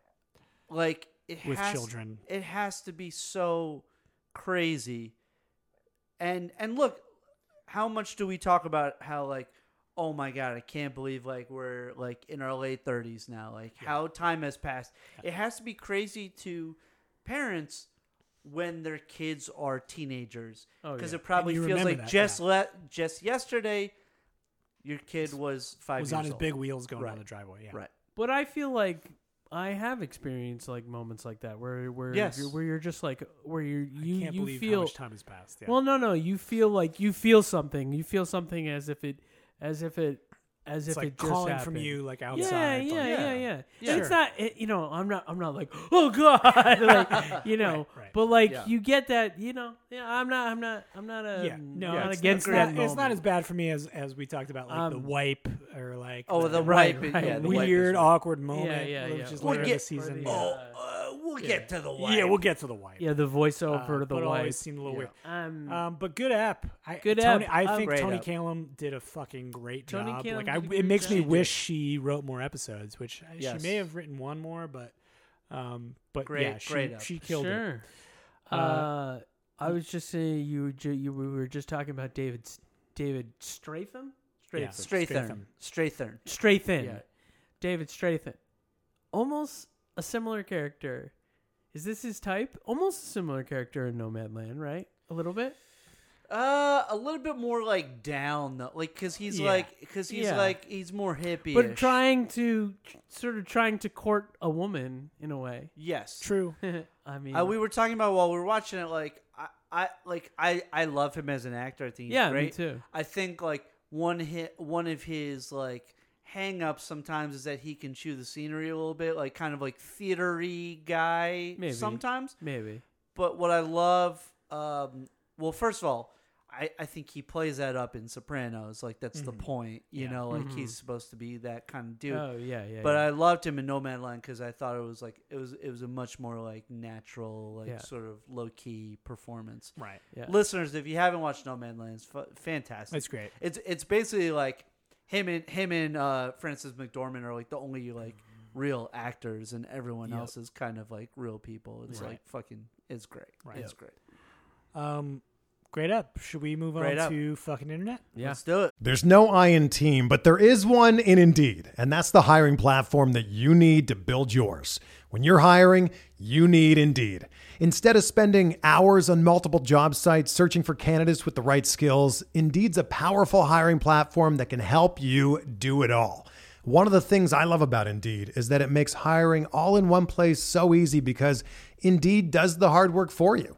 [SPEAKER 3] Like it
[SPEAKER 5] With
[SPEAKER 3] has,
[SPEAKER 5] children.
[SPEAKER 3] it has to be so crazy. And and look, how much do we talk about how like, oh my god, I can't believe like we're like in our late thirties now. Like how time has passed. It has to be crazy to parents when their kids are teenagers
[SPEAKER 2] Oh,
[SPEAKER 3] because
[SPEAKER 2] yeah.
[SPEAKER 3] it probably
[SPEAKER 5] And you
[SPEAKER 3] feels
[SPEAKER 5] remember
[SPEAKER 3] like
[SPEAKER 5] that,
[SPEAKER 3] just
[SPEAKER 5] yeah.
[SPEAKER 3] le- just yesterday, your kid was five.
[SPEAKER 5] was
[SPEAKER 3] years
[SPEAKER 5] on his
[SPEAKER 3] old.
[SPEAKER 5] big wheels going
[SPEAKER 3] Right.
[SPEAKER 5] down the driveway. Yeah.
[SPEAKER 3] Right.
[SPEAKER 2] But I feel like I have experienced like moments like that where where
[SPEAKER 3] Yes.
[SPEAKER 2] you're, where you're just like where you're,
[SPEAKER 5] I
[SPEAKER 2] you
[SPEAKER 5] can't
[SPEAKER 2] you
[SPEAKER 5] believe
[SPEAKER 2] feel
[SPEAKER 5] how much time has passed. Yeah.
[SPEAKER 2] well no no you feel like you feel something you feel something as if it as if it as if
[SPEAKER 5] it's like
[SPEAKER 2] it just
[SPEAKER 5] calling
[SPEAKER 2] happened.
[SPEAKER 5] from you like
[SPEAKER 2] Yeah,
[SPEAKER 5] outside.
[SPEAKER 2] yeah, yeah,
[SPEAKER 5] like,
[SPEAKER 2] yeah.
[SPEAKER 3] yeah.
[SPEAKER 2] And It's
[SPEAKER 5] Sure.
[SPEAKER 2] not, it, you know, I'm not, I'm not like, oh god, like, you know,
[SPEAKER 5] right.
[SPEAKER 2] but like
[SPEAKER 3] Yeah.
[SPEAKER 2] you get that, you know, yeah, I'm not, I'm not, I'm not, a,
[SPEAKER 5] Yeah,
[SPEAKER 2] no,
[SPEAKER 5] no,
[SPEAKER 2] not
[SPEAKER 5] it's,
[SPEAKER 2] against
[SPEAKER 5] it's
[SPEAKER 2] that.
[SPEAKER 5] not,
[SPEAKER 2] moment.
[SPEAKER 5] It's not as bad for me as as we talked about, like the
[SPEAKER 2] Um,
[SPEAKER 5] wipe or like
[SPEAKER 3] Oh, the
[SPEAKER 2] Right,
[SPEAKER 3] wipe.
[SPEAKER 2] right.
[SPEAKER 3] Yeah, the wipe is
[SPEAKER 5] weird,
[SPEAKER 3] right.
[SPEAKER 5] awkward moment.
[SPEAKER 2] Yeah, yeah,
[SPEAKER 5] which
[SPEAKER 2] yeah.
[SPEAKER 5] is
[SPEAKER 2] We'll
[SPEAKER 5] later in
[SPEAKER 3] get-
[SPEAKER 5] the season.
[SPEAKER 2] or
[SPEAKER 5] yeah.
[SPEAKER 2] the,
[SPEAKER 3] Oh, uh, we'll get to the wipe.
[SPEAKER 5] Yeah, we'll get to the wipe.
[SPEAKER 2] yeah, the voiceover,
[SPEAKER 5] Uh,
[SPEAKER 2] to the
[SPEAKER 5] but it
[SPEAKER 2] wife.
[SPEAKER 5] always seemed a little weird.
[SPEAKER 2] Um,
[SPEAKER 5] Um, but good app. I,
[SPEAKER 2] Good
[SPEAKER 5] Tony,
[SPEAKER 2] app. Um,
[SPEAKER 5] I think
[SPEAKER 3] Great
[SPEAKER 5] Tony
[SPEAKER 3] app.
[SPEAKER 5] Callum did a fucking great
[SPEAKER 2] Tony
[SPEAKER 5] job.
[SPEAKER 2] Kalem
[SPEAKER 5] like,
[SPEAKER 2] did
[SPEAKER 5] I,
[SPEAKER 2] a
[SPEAKER 5] it
[SPEAKER 2] great
[SPEAKER 5] makes
[SPEAKER 2] job. She
[SPEAKER 5] me
[SPEAKER 2] did.
[SPEAKER 5] wish she wrote more episodes, which I
[SPEAKER 3] Yes.
[SPEAKER 5] she may have written one more, but um, but
[SPEAKER 3] Great-
[SPEAKER 5] yeah, she,
[SPEAKER 3] great app.
[SPEAKER 5] she killed it.
[SPEAKER 2] sure. Uh, I was just saying you, were ju- you, we were just talking about David, S- David Stratham,
[SPEAKER 5] Yeah.
[SPEAKER 3] Strathern.
[SPEAKER 5] Stratham.
[SPEAKER 3] Strathern.
[SPEAKER 2] Strathan.
[SPEAKER 3] Yeah.
[SPEAKER 2] David Strathan. Almost a similar character. Is this his type? Almost a similar character in Nomadland, right? A little bit?
[SPEAKER 3] Uh, a little bit more like down though, like because he's
[SPEAKER 5] Yeah.
[SPEAKER 3] like because he's
[SPEAKER 2] Yeah.
[SPEAKER 3] like he's more hippie.
[SPEAKER 2] But trying to sort of trying to court a woman in a way.
[SPEAKER 3] Yes.
[SPEAKER 5] True.
[SPEAKER 2] I mean,
[SPEAKER 3] Uh, we were talking about while we were watching it. Like I, I like I, I love him as an actor. I think he's
[SPEAKER 2] Yeah, me
[SPEAKER 3] great.
[SPEAKER 2] too.
[SPEAKER 3] I think like one hit one of his like hang ups sometimes is that he can chew the scenery a little bit, like kind of like theatery guy
[SPEAKER 2] Maybe.
[SPEAKER 3] sometimes.
[SPEAKER 2] maybe.
[SPEAKER 3] But what I love, um, well, first of all, I, I think he plays that up in Sopranos. Like that's the point, you know. Like he's supposed to be that kind of dude.
[SPEAKER 2] Mm-hmm. Oh, yeah, yeah.
[SPEAKER 3] but
[SPEAKER 2] yeah.
[SPEAKER 3] I loved him in No Man Land because I thought it was like it was it was a much more like natural, like
[SPEAKER 2] Yeah.
[SPEAKER 3] sort of low key performance.
[SPEAKER 5] Right.
[SPEAKER 2] Yeah.
[SPEAKER 3] Listeners, if you haven't watched No Man Land, it's f- fantastic.
[SPEAKER 5] That's great.
[SPEAKER 3] It's it's basically like him and him and uh, Francis McDormand are like the only like
[SPEAKER 5] Mm.
[SPEAKER 3] real actors, and everyone else is kind of like real people. It's
[SPEAKER 5] Right.
[SPEAKER 3] like fucking, it's great.
[SPEAKER 5] Right.
[SPEAKER 3] It's great.
[SPEAKER 5] Um, great up. Should we move
[SPEAKER 3] Great
[SPEAKER 5] on
[SPEAKER 3] up.
[SPEAKER 5] to fucking internet?
[SPEAKER 2] yeah.
[SPEAKER 3] Let's do it.
[SPEAKER 6] There's no I in team, but there is one in Indeed, and that's the hiring platform that you need to build yours. When you're hiring, you need Indeed. Instead of spending hours on multiple job sites searching for candidates with the right skills, Indeed's a powerful hiring platform that can help you do it all. One of the things I love about Indeed is that it makes hiring all in one place so easy because Indeed does the hard work for you.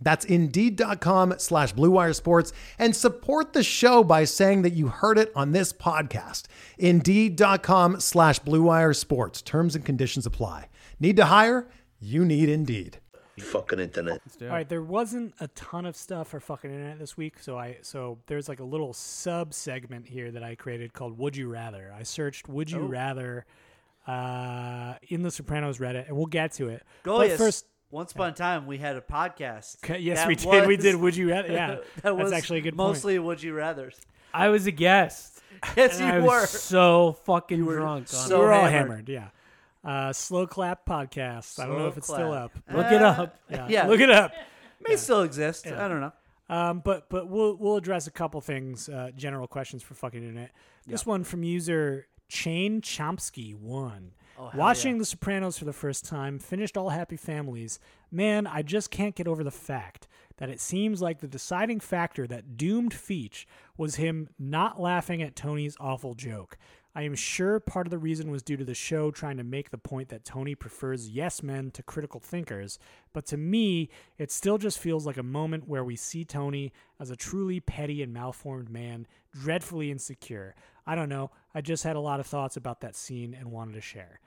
[SPEAKER 6] That's indeed.com slash Blue Wire Sports and support the show by saying that you heard it on this podcast. Indeed.com slash Blue Wire Sports. Terms and conditions apply. Need to hire? You need Indeed.
[SPEAKER 4] fucking internet.
[SPEAKER 5] All right, there wasn't a ton of stuff for fucking internet this week, so I so there's like a little sub segment here that I created called "Would You Rather." I searched "Would
[SPEAKER 3] Oh.
[SPEAKER 5] You Rather" uh, in the Sopranos Reddit, and we'll get to it.
[SPEAKER 3] Goyas.
[SPEAKER 5] but first,
[SPEAKER 3] once upon a time, we had a podcast.
[SPEAKER 5] okay, yes,
[SPEAKER 3] That
[SPEAKER 5] we did. we
[SPEAKER 3] was-
[SPEAKER 5] did. Would you rather? Yeah,
[SPEAKER 3] that was
[SPEAKER 5] that's actually a good.
[SPEAKER 3] Mostly would you rather?
[SPEAKER 2] I was a guest.
[SPEAKER 3] Yes,
[SPEAKER 2] And I
[SPEAKER 3] you
[SPEAKER 2] was
[SPEAKER 3] were.
[SPEAKER 2] so fucking drunk.
[SPEAKER 5] point.
[SPEAKER 2] on
[SPEAKER 3] so
[SPEAKER 5] we were all
[SPEAKER 3] hammered.
[SPEAKER 5] hammered. Yeah, uh, slow clap podcast. I don't know
[SPEAKER 3] Slow
[SPEAKER 5] if it's still
[SPEAKER 3] clap. Uh,
[SPEAKER 5] up.
[SPEAKER 2] it. Look it up.
[SPEAKER 5] Yeah,
[SPEAKER 3] yeah.
[SPEAKER 5] look it up.
[SPEAKER 3] May still exist. I don't know.
[SPEAKER 5] Um, but but we'll we'll address a couple things, uh, general questions for fucking internet. This one from user Chain Chomsky one. Watching The Sopranos for the first time, finished all Happy Families. Man, I just can't get over the fact that it seems like the deciding factor that doomed Feach was him not laughing at Tony's awful joke. I am sure part of the reason was due to the show trying to make the point that Tony prefers yes men to critical thinkers, but to me, it still just feels like a moment where we see Tony as a truly petty and malformed man, dreadfully insecure. I don't know. I just had a lot of thoughts about that scene and wanted to share.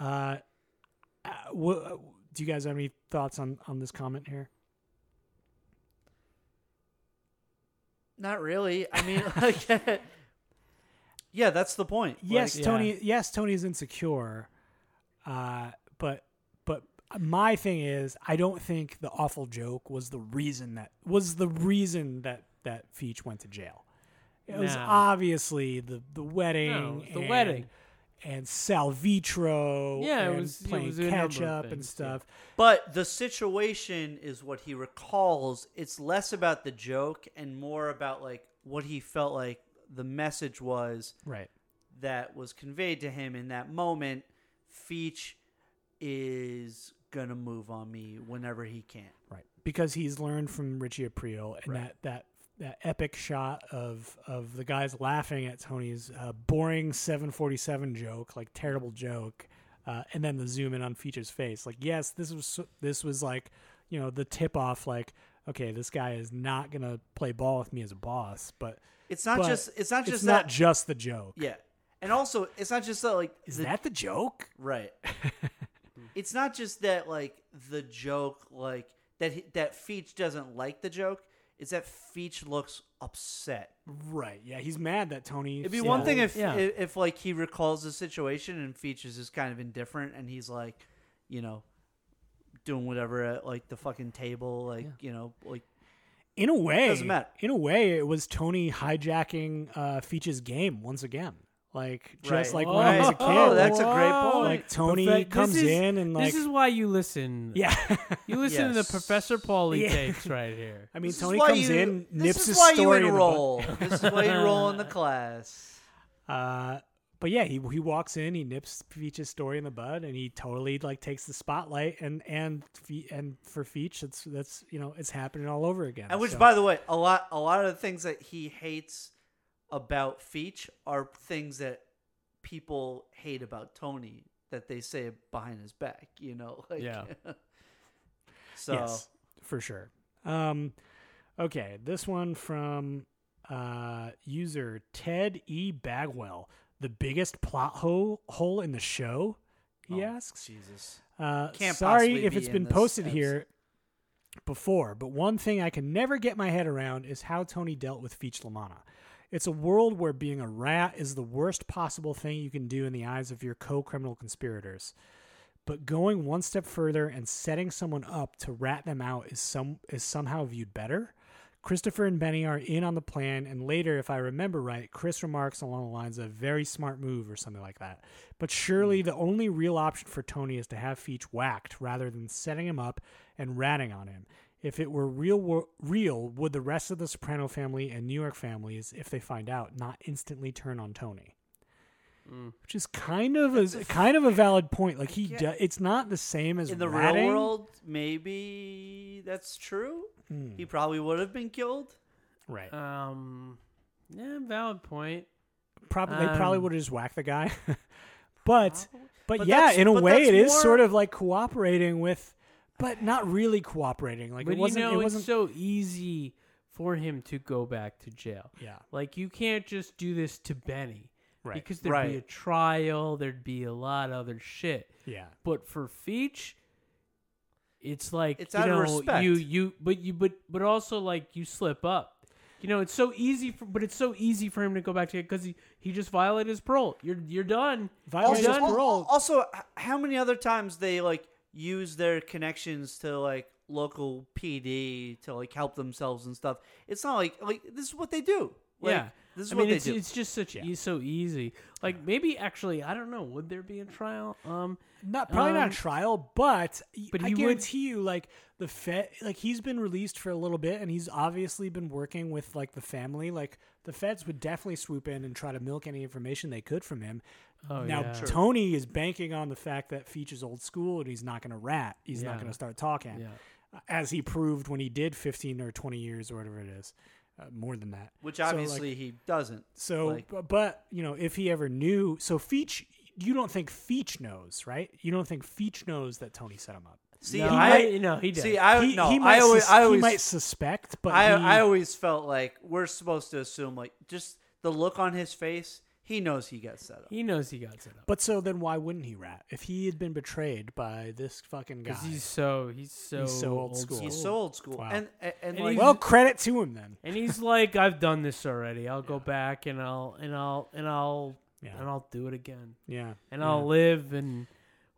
[SPEAKER 5] Uh, uh, wha- do you guys have any thoughts on, on this comment here?
[SPEAKER 3] Not really. I mean, like, yeah, that's the point.
[SPEAKER 5] yes,
[SPEAKER 3] Like,
[SPEAKER 5] Tony. Yes, Tony is insecure, uh, but but my thing is, I don't think the awful joke was the reason that was the reason that that Feach went to jail. It was
[SPEAKER 2] No.
[SPEAKER 5] obviously the the wedding,
[SPEAKER 2] No, it was the
[SPEAKER 5] and-
[SPEAKER 2] wedding.
[SPEAKER 5] and Salvitro,
[SPEAKER 2] Yeah, it
[SPEAKER 5] and
[SPEAKER 2] was- it
[SPEAKER 5] playing
[SPEAKER 2] was a number of
[SPEAKER 5] catch up and
[SPEAKER 2] things,
[SPEAKER 5] stuff.
[SPEAKER 3] But the situation is what he recalls. It's less about the joke and more about like what he felt like the message was
[SPEAKER 5] Right.
[SPEAKER 3] that was conveyed to him in that moment. Feach is gonna move on me whenever he can.
[SPEAKER 5] Right. Because he's learned from Richie Aprile and that that that epic shot of of the guys laughing at Tony's uh, boring 747 joke, like terrible joke, uh, and then the zoom in on Feature's face. Like, yes, this was so- this was like, you know, the tip off like okay, this guy is not going to play ball with me as a boss, but
[SPEAKER 3] It's not
[SPEAKER 5] but
[SPEAKER 3] just. It's not just
[SPEAKER 5] it's
[SPEAKER 3] that.
[SPEAKER 5] not just the joke.
[SPEAKER 3] yeah, and also it's not just that. Like
[SPEAKER 5] Is
[SPEAKER 3] the-
[SPEAKER 5] that the joke?
[SPEAKER 3] Right. it's not just that like the joke like that he- that Feach doesn't like the joke. It's that Feach looks upset.
[SPEAKER 5] Right. Yeah, he's mad that Tony
[SPEAKER 3] It'd be
[SPEAKER 5] stole-
[SPEAKER 3] one thing if,
[SPEAKER 2] Yeah.
[SPEAKER 3] if if like he recalls the situation and Feach is just kind of indifferent and he's like, you know, doing whatever at like the fucking table, like you know, like
[SPEAKER 5] in a way,
[SPEAKER 3] Doesn't matter.
[SPEAKER 5] In a way, it was Tony hijacking uh, Feach's game once again. Like just like
[SPEAKER 3] Right.
[SPEAKER 5] when I was a kid.
[SPEAKER 3] Oh, that's a great point.
[SPEAKER 5] Like, Tony
[SPEAKER 2] Perfect. This
[SPEAKER 5] comes
[SPEAKER 2] is-
[SPEAKER 5] in and like
[SPEAKER 2] this is why you listen.
[SPEAKER 5] yeah.
[SPEAKER 2] you listen to the
[SPEAKER 3] Yes.
[SPEAKER 2] Professor Paulie
[SPEAKER 5] Yeah.
[SPEAKER 2] takes right here.
[SPEAKER 5] I mean,
[SPEAKER 3] this is
[SPEAKER 5] Tony
[SPEAKER 3] why
[SPEAKER 5] comes
[SPEAKER 3] you-
[SPEAKER 5] in, nips
[SPEAKER 3] this is
[SPEAKER 5] his
[SPEAKER 3] why
[SPEAKER 5] story in
[SPEAKER 3] you
[SPEAKER 5] the
[SPEAKER 3] enroll. this is why you roll in the class.
[SPEAKER 5] butt. Uh, but yeah, he he walks in, he nips Feach's story in the bud, and he totally like takes the spotlight. And and Fe- and for Feach, it's that's you know it's happening all over again.
[SPEAKER 3] And which,
[SPEAKER 5] So-
[SPEAKER 3] by the way, a lot a lot of the things that he hates about Feach are things that people hate about Tony that they say behind his back. You know, like,
[SPEAKER 2] Yeah.
[SPEAKER 3] so
[SPEAKER 5] Yes, for sure. Um, okay, this one from uh, user Ted E Bagwell. The biggest plot hole hole in the show, he asks.
[SPEAKER 3] Jesus,
[SPEAKER 5] Uh,
[SPEAKER 3] Oh, Can't
[SPEAKER 5] sorry
[SPEAKER 3] possibly
[SPEAKER 5] if
[SPEAKER 3] be
[SPEAKER 5] it's
[SPEAKER 3] in
[SPEAKER 5] been
[SPEAKER 3] this
[SPEAKER 5] posted
[SPEAKER 3] episode.
[SPEAKER 5] here before, but one thing I can never get my head around is how Tony dealt with Feach Lamana. It's a world where being a rat is the worst possible thing you can do in the eyes of your co criminal conspirators but going one step further and setting someone up to rat them out is some is somehow viewed better. Christopher and Benny are in on the plan, and later, if I remember right, Chris remarks along the lines of "very smart move" or something like that. But surely the only real option for Tony is to have Feach whacked rather than setting him up and ratting on him. If it were real, wor- real, would the rest of the Soprano family and New York families, if they find out, not instantly turn on Tony? Which is kind of a kind of a valid point. Like he, do- it's not the same as
[SPEAKER 3] in the
[SPEAKER 5] ratting.
[SPEAKER 3] real world, maybe that's true.
[SPEAKER 5] Hmm.
[SPEAKER 3] He probably would have been killed.
[SPEAKER 5] right?
[SPEAKER 3] Uh,
[SPEAKER 2] Um, yeah, valid point.
[SPEAKER 5] probably they probably
[SPEAKER 2] um,
[SPEAKER 5] would have just whacked the guy. but but,
[SPEAKER 3] But
[SPEAKER 5] yeah,
[SPEAKER 3] that's-
[SPEAKER 5] in a
[SPEAKER 3] but
[SPEAKER 5] way,
[SPEAKER 3] that's
[SPEAKER 5] it is
[SPEAKER 3] more-
[SPEAKER 5] sort of like cooperating with, but not really cooperating. Like
[SPEAKER 2] but
[SPEAKER 5] it wasn't.
[SPEAKER 2] you know,
[SPEAKER 5] it wasn't.
[SPEAKER 2] it's so easy for him to go back to jail.
[SPEAKER 5] Yeah.
[SPEAKER 2] like you can't just do this to Benny,
[SPEAKER 5] Right.
[SPEAKER 2] Because there'd be
[SPEAKER 3] Right.
[SPEAKER 2] a trial, there'd be a lot of other shit.
[SPEAKER 5] yeah.
[SPEAKER 2] But for Feach, it's like
[SPEAKER 3] It's
[SPEAKER 2] you
[SPEAKER 3] out of
[SPEAKER 2] know,
[SPEAKER 3] respect.
[SPEAKER 2] You you but you but but also like you slip up. You know, it's so easy for but it's so easy for him to go back to it because he, he just violated his parole. You're you're done.
[SPEAKER 5] Violated
[SPEAKER 2] you're
[SPEAKER 5] his
[SPEAKER 2] done.
[SPEAKER 5] parole.
[SPEAKER 3] al- also, h- how many other times they like use their connections to like local PD to like help themselves and stuff? It's not like like this is what they do. Like,
[SPEAKER 2] yeah.
[SPEAKER 3] this is
[SPEAKER 2] I
[SPEAKER 3] what
[SPEAKER 2] mean,
[SPEAKER 3] they
[SPEAKER 2] it's,
[SPEAKER 3] do.
[SPEAKER 2] it's just such e- so easy. Like maybe actually, I don't know. Would there be a trial? Um,
[SPEAKER 5] Not probably not
[SPEAKER 2] Um,
[SPEAKER 5] a trial, but,
[SPEAKER 2] but
[SPEAKER 5] but I
[SPEAKER 2] he would-
[SPEAKER 5] guarantee you, like the Fed, like he's been released for a little bit, and he's obviously been working with like the family. Like the Feds would definitely swoop in and try to milk any information they could from him.
[SPEAKER 2] Oh,
[SPEAKER 5] now
[SPEAKER 2] yeah. True.
[SPEAKER 5] Tony is banking on the fact that Feature's old school, and he's not going to rat. He's
[SPEAKER 2] Yeah.
[SPEAKER 5] not going to start talking,
[SPEAKER 2] Yeah.
[SPEAKER 5] as he proved when he did fifteen or twenty years or whatever it is. uh, more than that.
[SPEAKER 3] Which
[SPEAKER 5] So, like-
[SPEAKER 3] obviously he doesn't.
[SPEAKER 5] so,
[SPEAKER 3] like-
[SPEAKER 5] bu- but you know, if he ever knew, so Feach, you don't think Feach knows, right? You don't think Feach knows that Tony set him up.
[SPEAKER 3] See,
[SPEAKER 2] No,
[SPEAKER 3] I
[SPEAKER 2] I- no, he
[SPEAKER 3] See,
[SPEAKER 2] does.
[SPEAKER 3] I
[SPEAKER 5] he,
[SPEAKER 3] no,
[SPEAKER 5] he might,
[SPEAKER 3] I always,
[SPEAKER 5] sus-
[SPEAKER 3] I always,
[SPEAKER 5] he might suspect, but
[SPEAKER 3] I,
[SPEAKER 5] he-
[SPEAKER 3] I always felt like we're supposed to assume like just the look on his face. He knows he gets set up.
[SPEAKER 2] He knows he got set up.
[SPEAKER 5] But so then, why wouldn't he rat? If he had been betrayed by this fucking guy,
[SPEAKER 2] 'Cause he's so he's so
[SPEAKER 5] He's so old school.
[SPEAKER 3] He's so old school,
[SPEAKER 5] Wow.
[SPEAKER 3] and and, and
[SPEAKER 2] And
[SPEAKER 3] like
[SPEAKER 2] he's-
[SPEAKER 5] well, credit to him then.
[SPEAKER 2] And he's like, I've done this already. I'll go back and I'll and I'll and I'll
[SPEAKER 5] Yeah.
[SPEAKER 2] and I'll do it again.
[SPEAKER 5] Yeah,
[SPEAKER 2] And I'll live and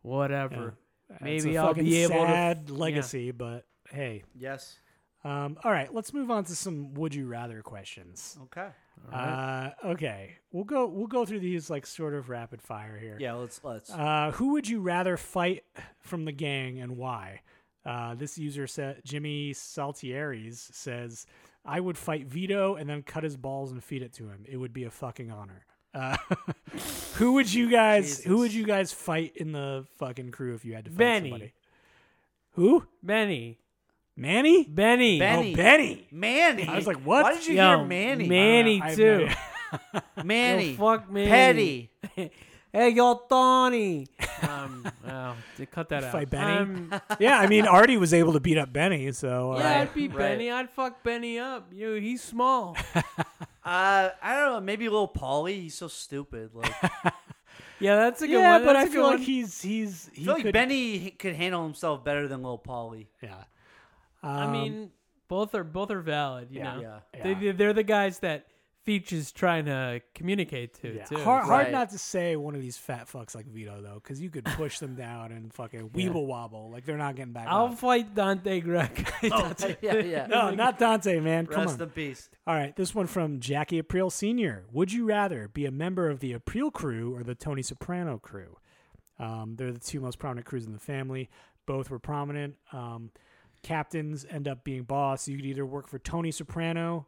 [SPEAKER 2] whatever.
[SPEAKER 5] It's
[SPEAKER 2] Maybe
[SPEAKER 5] a
[SPEAKER 2] I'll
[SPEAKER 5] fucking
[SPEAKER 2] be able to
[SPEAKER 5] sad legacy, but hey.
[SPEAKER 3] yes,
[SPEAKER 5] Um, all right, let's move on to some would you rather questions.
[SPEAKER 3] okay,
[SPEAKER 5] Uh, okay, we'll go we'll go through these like sort of rapid fire here.
[SPEAKER 3] yeah. Let's let's.
[SPEAKER 5] Uh, who would you rather fight from the gang and why? Uh, this user said Jimmy Saltieres says, "I would fight Vito and then cut his balls and feed it to him. It would be a fucking honor." Uh, who would you guys? Who would you guys fight in the fucking crew if you had to fight
[SPEAKER 2] Benny.
[SPEAKER 5] somebody? Who?
[SPEAKER 2] Benny.
[SPEAKER 5] Manny?
[SPEAKER 2] Benny.
[SPEAKER 3] Ben-
[SPEAKER 5] Oh,
[SPEAKER 3] Benny.
[SPEAKER 5] Benny.
[SPEAKER 3] Manny,
[SPEAKER 5] I was like, what?
[SPEAKER 3] Why did you
[SPEAKER 2] Yo,
[SPEAKER 3] hear Manny?
[SPEAKER 2] Manny
[SPEAKER 5] I have no
[SPEAKER 2] too.
[SPEAKER 5] idea.
[SPEAKER 3] Manny,
[SPEAKER 2] Yo, fuck Manny.
[SPEAKER 3] Petty.
[SPEAKER 2] hey, yo, Tony. Um, oh, d- cut that out.
[SPEAKER 5] Fight Benny?
[SPEAKER 2] Um,
[SPEAKER 5] yeah, I mean, Artie was able to beat up Benny, so uh,
[SPEAKER 2] yeah, I'd be
[SPEAKER 3] Right.
[SPEAKER 2] Benny. I'd fuck Benny up. You, know, he's small.
[SPEAKER 3] Uh, I don't know. Maybe little Paulie. He's so stupid. Like, I
[SPEAKER 2] Yeah, that's a good
[SPEAKER 5] yeah,
[SPEAKER 2] one.
[SPEAKER 5] but
[SPEAKER 2] That's
[SPEAKER 5] I
[SPEAKER 2] a good
[SPEAKER 5] feel like
[SPEAKER 2] one.
[SPEAKER 5] he's he's he
[SPEAKER 3] feel like
[SPEAKER 5] could-
[SPEAKER 3] Benny h- could handle himself better than little Paulie.
[SPEAKER 5] Yeah,
[SPEAKER 2] I
[SPEAKER 5] Um,
[SPEAKER 2] mean, both are both are valid. You
[SPEAKER 5] Yeah.
[SPEAKER 2] know,
[SPEAKER 3] Yeah.
[SPEAKER 5] Yeah.
[SPEAKER 2] They- They, they're the guys that Feach is trying to communicate to.
[SPEAKER 5] Yeah.
[SPEAKER 2] Too.
[SPEAKER 5] Hard, hard
[SPEAKER 3] Right.
[SPEAKER 5] not to say one of these fat fucks like Vito though, because you could push them down and fucking weeble wobble like they're not getting back.
[SPEAKER 2] I'll
[SPEAKER 5] up.
[SPEAKER 2] fight Dante Greco.
[SPEAKER 5] Oh,
[SPEAKER 3] yeah, yeah.
[SPEAKER 5] no, not Dante, man. Come
[SPEAKER 3] Rest
[SPEAKER 5] on.
[SPEAKER 3] in peace.
[SPEAKER 5] All right, this one from Jackie Aprile Senior. Would you rather be a member of the Aprile crew or the Tony Soprano crew? Um, they're the two most prominent crews in the family. Both were prominent. Um, captains end up being boss. You could either work for Tony Soprano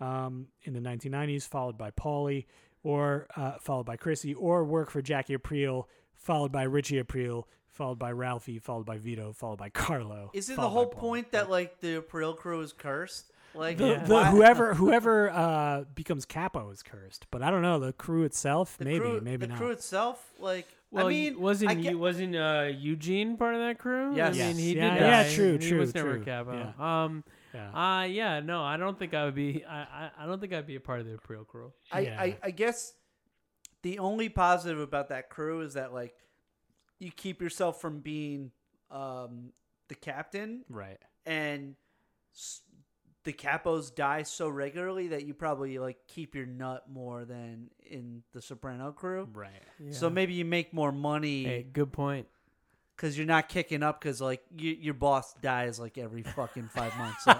[SPEAKER 5] um, in the 1990s, followed by Paulie, or uh, followed by Chrissy, or work for Jackie Aprile, followed by Richie Aprile, followed by Ralphie, followed by Vito, followed by Carlo.
[SPEAKER 3] Isn't the
[SPEAKER 5] followed by
[SPEAKER 3] whole
[SPEAKER 5] Paulie.
[SPEAKER 3] point that like the April crew is cursed? Like
[SPEAKER 5] The, the,
[SPEAKER 3] why-
[SPEAKER 5] whoever whoever uh, becomes capo is cursed, but I don't know the crew itself.
[SPEAKER 3] the
[SPEAKER 5] maybe
[SPEAKER 3] crew,
[SPEAKER 5] maybe
[SPEAKER 3] the
[SPEAKER 5] not.
[SPEAKER 3] crew itself. Like
[SPEAKER 2] Well,
[SPEAKER 3] I mean,
[SPEAKER 2] wasn't
[SPEAKER 3] I
[SPEAKER 2] you-
[SPEAKER 3] get-
[SPEAKER 2] wasn't uh, Eugene part of that crew?
[SPEAKER 3] Yes.
[SPEAKER 2] I mean, he
[SPEAKER 5] Yes. Yeah,
[SPEAKER 2] did.
[SPEAKER 5] yeah,
[SPEAKER 2] die,
[SPEAKER 5] true,
[SPEAKER 2] and He
[SPEAKER 5] true,
[SPEAKER 2] was never
[SPEAKER 5] true.
[SPEAKER 2] Capo. Um,
[SPEAKER 5] Yeah.
[SPEAKER 2] uh, yeah, no, I don't think I would be. I, I, I don't think I'd be a part of the April crew.
[SPEAKER 3] I,
[SPEAKER 5] Yeah.
[SPEAKER 3] I, I guess the only positive about that crew is that like you keep yourself from being um, the captain
[SPEAKER 5] right.
[SPEAKER 3] and s- the capos die so regularly that you probably like keep your nut more than in the soprano crew
[SPEAKER 5] Right.
[SPEAKER 3] so maybe you make more
[SPEAKER 2] Hey,
[SPEAKER 3] money
[SPEAKER 2] good point.
[SPEAKER 3] because you're not kicking up because like you, your boss dies like every fucking five months so.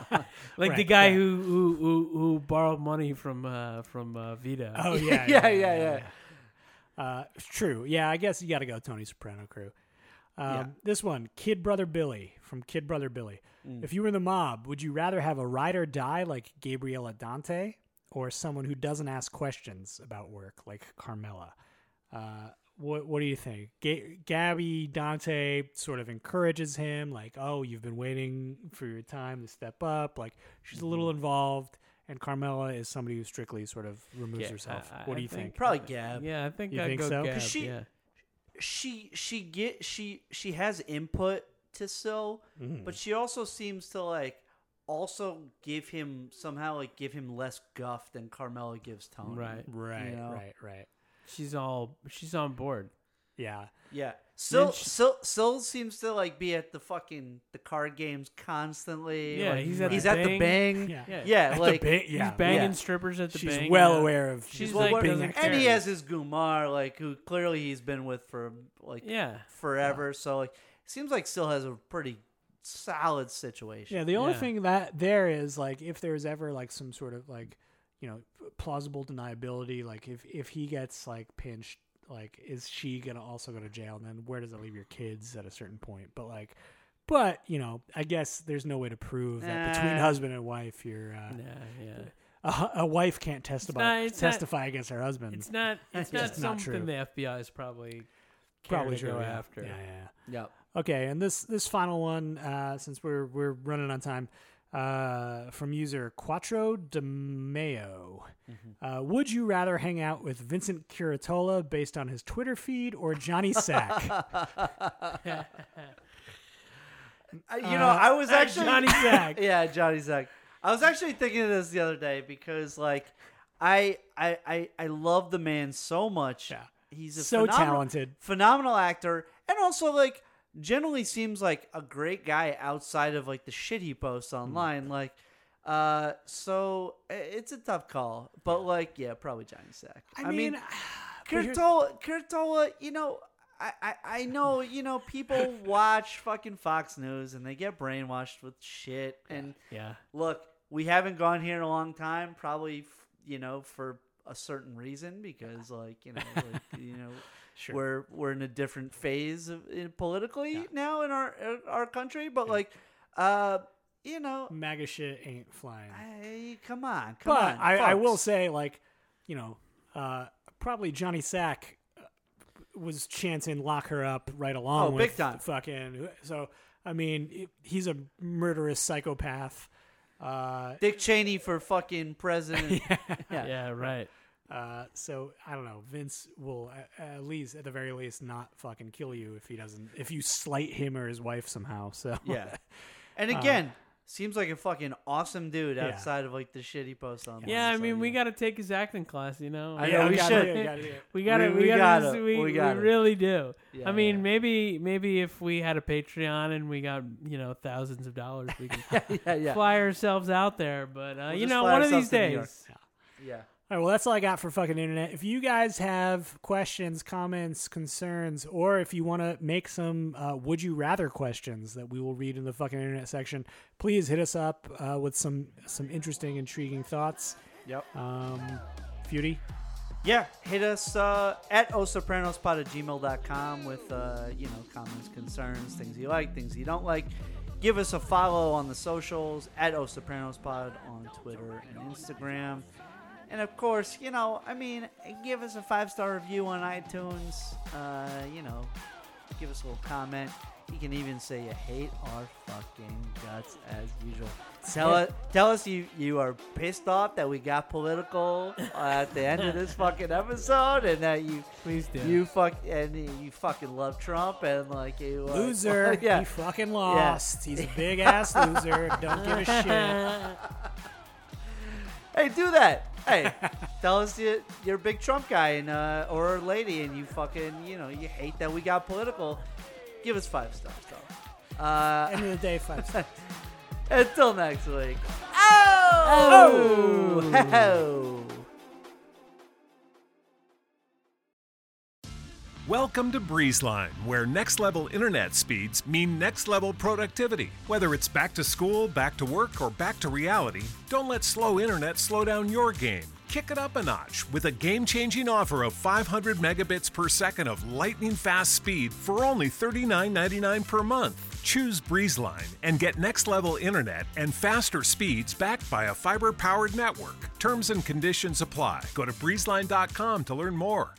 [SPEAKER 2] Like the
[SPEAKER 5] Right,
[SPEAKER 2] guy
[SPEAKER 5] yeah.
[SPEAKER 2] who, who who who borrowed money from uh, from uh, Vito.
[SPEAKER 5] Oh yeah.
[SPEAKER 3] yeah yeah yeah
[SPEAKER 5] Uh, it's true. Yeah, I guess you got to go Tony Soprano crew. Um, This one, Kid Brother Billy from Kid Brother Billy.
[SPEAKER 2] Mm.
[SPEAKER 5] If you were in the mob, would you rather have a ride or die like Gabriela Dante, or someone who doesn't ask questions about work like Carmela? Uh, what What do you think? Ga- Gabby Dante sort of encourages him, like, "Oh, you've been waiting for your time to step up." Like she's a little
[SPEAKER 2] Mm-hmm.
[SPEAKER 5] involved, and Carmela is somebody who strictly sort of removes
[SPEAKER 2] Yeah,
[SPEAKER 5] herself.
[SPEAKER 2] I-
[SPEAKER 5] what do
[SPEAKER 2] I
[SPEAKER 5] you think?
[SPEAKER 3] probably gab
[SPEAKER 2] yeah, I think
[SPEAKER 5] You
[SPEAKER 2] I'd
[SPEAKER 5] think
[SPEAKER 2] go
[SPEAKER 5] so?
[SPEAKER 2] Gab,
[SPEAKER 5] 'Cause
[SPEAKER 3] she-
[SPEAKER 2] yeah.
[SPEAKER 3] she she get she she has input to so
[SPEAKER 2] Mm.
[SPEAKER 3] but she also seems to like also give him somehow like give him less guff than Carmela gives Tony.
[SPEAKER 2] Right.
[SPEAKER 5] Right,
[SPEAKER 3] know?
[SPEAKER 5] right, right.
[SPEAKER 2] She's all she's on board.
[SPEAKER 5] Yeah.
[SPEAKER 3] Yeah. Sil
[SPEAKER 2] she-
[SPEAKER 3] Sil Sil seems to like be at the fucking the card games constantly.
[SPEAKER 2] Yeah,
[SPEAKER 3] like,
[SPEAKER 2] he's at
[SPEAKER 3] he's
[SPEAKER 2] the
[SPEAKER 3] at the bang.
[SPEAKER 5] Yeah.
[SPEAKER 2] Yeah.
[SPEAKER 3] Yeah,
[SPEAKER 5] At the
[SPEAKER 3] like
[SPEAKER 5] ba- yeah.
[SPEAKER 2] He's banging
[SPEAKER 3] yeah.
[SPEAKER 2] strippers at the
[SPEAKER 5] She's
[SPEAKER 2] bang,
[SPEAKER 5] well
[SPEAKER 2] yeah.
[SPEAKER 5] aware of
[SPEAKER 2] She's
[SPEAKER 3] well,
[SPEAKER 2] like
[SPEAKER 3] what-
[SPEAKER 5] being
[SPEAKER 2] doesn't
[SPEAKER 3] and he
[SPEAKER 2] care.
[SPEAKER 3] has his Gumar, like who clearly he's been with for like
[SPEAKER 2] Yeah.
[SPEAKER 3] forever. So like seems like Sil has a pretty solid situation.
[SPEAKER 5] Yeah, the only
[SPEAKER 2] Yeah.
[SPEAKER 5] thing that there is like if there's ever like some sort of like, you know, plausible deniability, like if if he gets like pinched, like is she gonna also go to jail? And then where does it leave your kids at a certain point? But like but, you know, I guess there's no way to prove that between
[SPEAKER 3] Nah.
[SPEAKER 5] husband and wife you're uh,
[SPEAKER 2] Yeah, yeah.
[SPEAKER 5] a, hu- a wife can't testify
[SPEAKER 2] not- it's not-
[SPEAKER 5] testify against her husband.
[SPEAKER 2] It's not. It's
[SPEAKER 3] Yeah.
[SPEAKER 2] not
[SPEAKER 5] It's not
[SPEAKER 2] something
[SPEAKER 5] true.
[SPEAKER 2] the FBI is probably care
[SPEAKER 5] probably
[SPEAKER 2] to
[SPEAKER 5] true
[SPEAKER 2] go
[SPEAKER 5] yeah.
[SPEAKER 2] after.
[SPEAKER 5] Yeah, yeah, yeah.
[SPEAKER 3] Yep.
[SPEAKER 5] Okay, and this this final one, uh, since we're we're running on time, uh, from user Quattro de Mayo. Uh, would you rather hang out with Vincent Curatola based on his Twitter feed or Johnny Sack?
[SPEAKER 3] I- Uh, you
[SPEAKER 5] Uh,
[SPEAKER 3] know, I was actually
[SPEAKER 2] Johnny Sack.
[SPEAKER 3] yeah, Johnny Sack. I was actually thinking of this the other day because like I I I, I love the man so much.
[SPEAKER 5] Yeah.
[SPEAKER 3] He's a
[SPEAKER 5] So
[SPEAKER 3] phenomenal-
[SPEAKER 5] talented.
[SPEAKER 3] phenomenal actor, and also like generally seems like a great guy outside of like the shit he posts
[SPEAKER 5] Mm.
[SPEAKER 3] online. Like, uh, so i- it's a tough call, but like yeah, probably Johnny Sack.
[SPEAKER 5] I mean, but here-
[SPEAKER 3] Kurtola, Kurtola, you know, I, I, I know, you know, people watch fucking Fox News and they get brainwashed with shit. And
[SPEAKER 2] Yeah.
[SPEAKER 3] look, we haven't gone here in a long time, probably, f- you know, for a certain reason because, like, you know, like, you know, we're we're in a different phase of, in, politically now in our in our country, but like, uh, you know,
[SPEAKER 5] MAGA shit ain't flying.
[SPEAKER 3] I, come on, come
[SPEAKER 5] but
[SPEAKER 3] on.
[SPEAKER 5] I, I will
[SPEAKER 3] folks.
[SPEAKER 5] say, like, you know, uh, probably Johnny Sack uh, was chanting "lock her up" right along
[SPEAKER 3] Oh,
[SPEAKER 5] with
[SPEAKER 3] big time.
[SPEAKER 5] fucking. So I mean, it- he's a murderous psychopath. Uh,
[SPEAKER 3] Dick Cheney for fucking president.
[SPEAKER 2] Yeah. Right.
[SPEAKER 5] uh, so I don't know. Vince will a- at least, at the very least, not fucking kill you if he doesn't. If you slight him or his wife somehow. So
[SPEAKER 3] Yeah. And
[SPEAKER 2] Um,
[SPEAKER 3] again, seems like a fucking awesome dude outside of like the shit he posts on.
[SPEAKER 2] Yeah. I mean, we got to take his acting class. You know.
[SPEAKER 3] I know we
[SPEAKER 5] gotta
[SPEAKER 3] should.
[SPEAKER 5] do it, gotta do it.
[SPEAKER 2] We gotta,
[SPEAKER 3] We-
[SPEAKER 2] we,
[SPEAKER 3] we
[SPEAKER 2] gotta,
[SPEAKER 3] gotta,
[SPEAKER 2] we,
[SPEAKER 3] we
[SPEAKER 2] we
[SPEAKER 3] gotta.
[SPEAKER 2] really do.
[SPEAKER 3] Yeah,
[SPEAKER 2] I mean,
[SPEAKER 3] yeah.
[SPEAKER 2] maybe, maybe if we had a Patreon and we got, you know, thousands of dollars, we could
[SPEAKER 3] yeah, yeah,
[SPEAKER 2] fly ourselves out there. But uh,
[SPEAKER 3] We'll
[SPEAKER 2] you
[SPEAKER 3] just
[SPEAKER 2] know,
[SPEAKER 3] fly
[SPEAKER 2] one of
[SPEAKER 3] ourselves
[SPEAKER 2] these
[SPEAKER 3] to New York.
[SPEAKER 2] days,
[SPEAKER 3] yeah.
[SPEAKER 5] All right, well, that's all I got for fucking internet. If you guys have questions, comments, concerns, or if you want to make some uh, would you rather questions that we will read in the fucking internet section, please hit us up uh, with some some interesting, intriguing thoughts.
[SPEAKER 3] Yep.
[SPEAKER 5] Um, Feudy,
[SPEAKER 3] Yeah. Hit us uh, at osopranospot at gmail.com with, uh, you know, comments, concerns, things you like, things you don't like. Give us a follow on the socials at osopranospod on Twitter and Instagram. And of course, you know, I mean, give us a five star review on iTunes. Uh, you know, give us a little comment. You can even say you hate our fucking guts as usual. Tell us, tell us you, you are pissed off that we got political at the end of this fucking episode, and that you
[SPEAKER 2] please do.
[SPEAKER 3] you fuck and you fucking love Trump and like you uh,
[SPEAKER 5] loser.
[SPEAKER 3] yeah,
[SPEAKER 5] He fucking lost. He's a big ass loser. Don't give a shit.
[SPEAKER 3] hey, do that. Hey, tell us you, you're a big Trump guy and uh, or a lady, and you fucking you know you hate that we got political. Give us five stars, though. Uh,
[SPEAKER 5] End of the day, five stars.
[SPEAKER 3] Until next week. Oh!
[SPEAKER 4] Welcome to BreezeLine, where next level internet speeds mean next level productivity. Whether it's back to school, back to work, or back to reality, don't let slow internet slow down your game. Kick it up a notch with a game changing offer of 500 megabits per second of lightning fast speed for only $39.99 per month. Choose BreezeLine and get next level internet and faster speeds backed by a fiber powered network. Terms and conditions apply. Go to breezeline.com to learn more.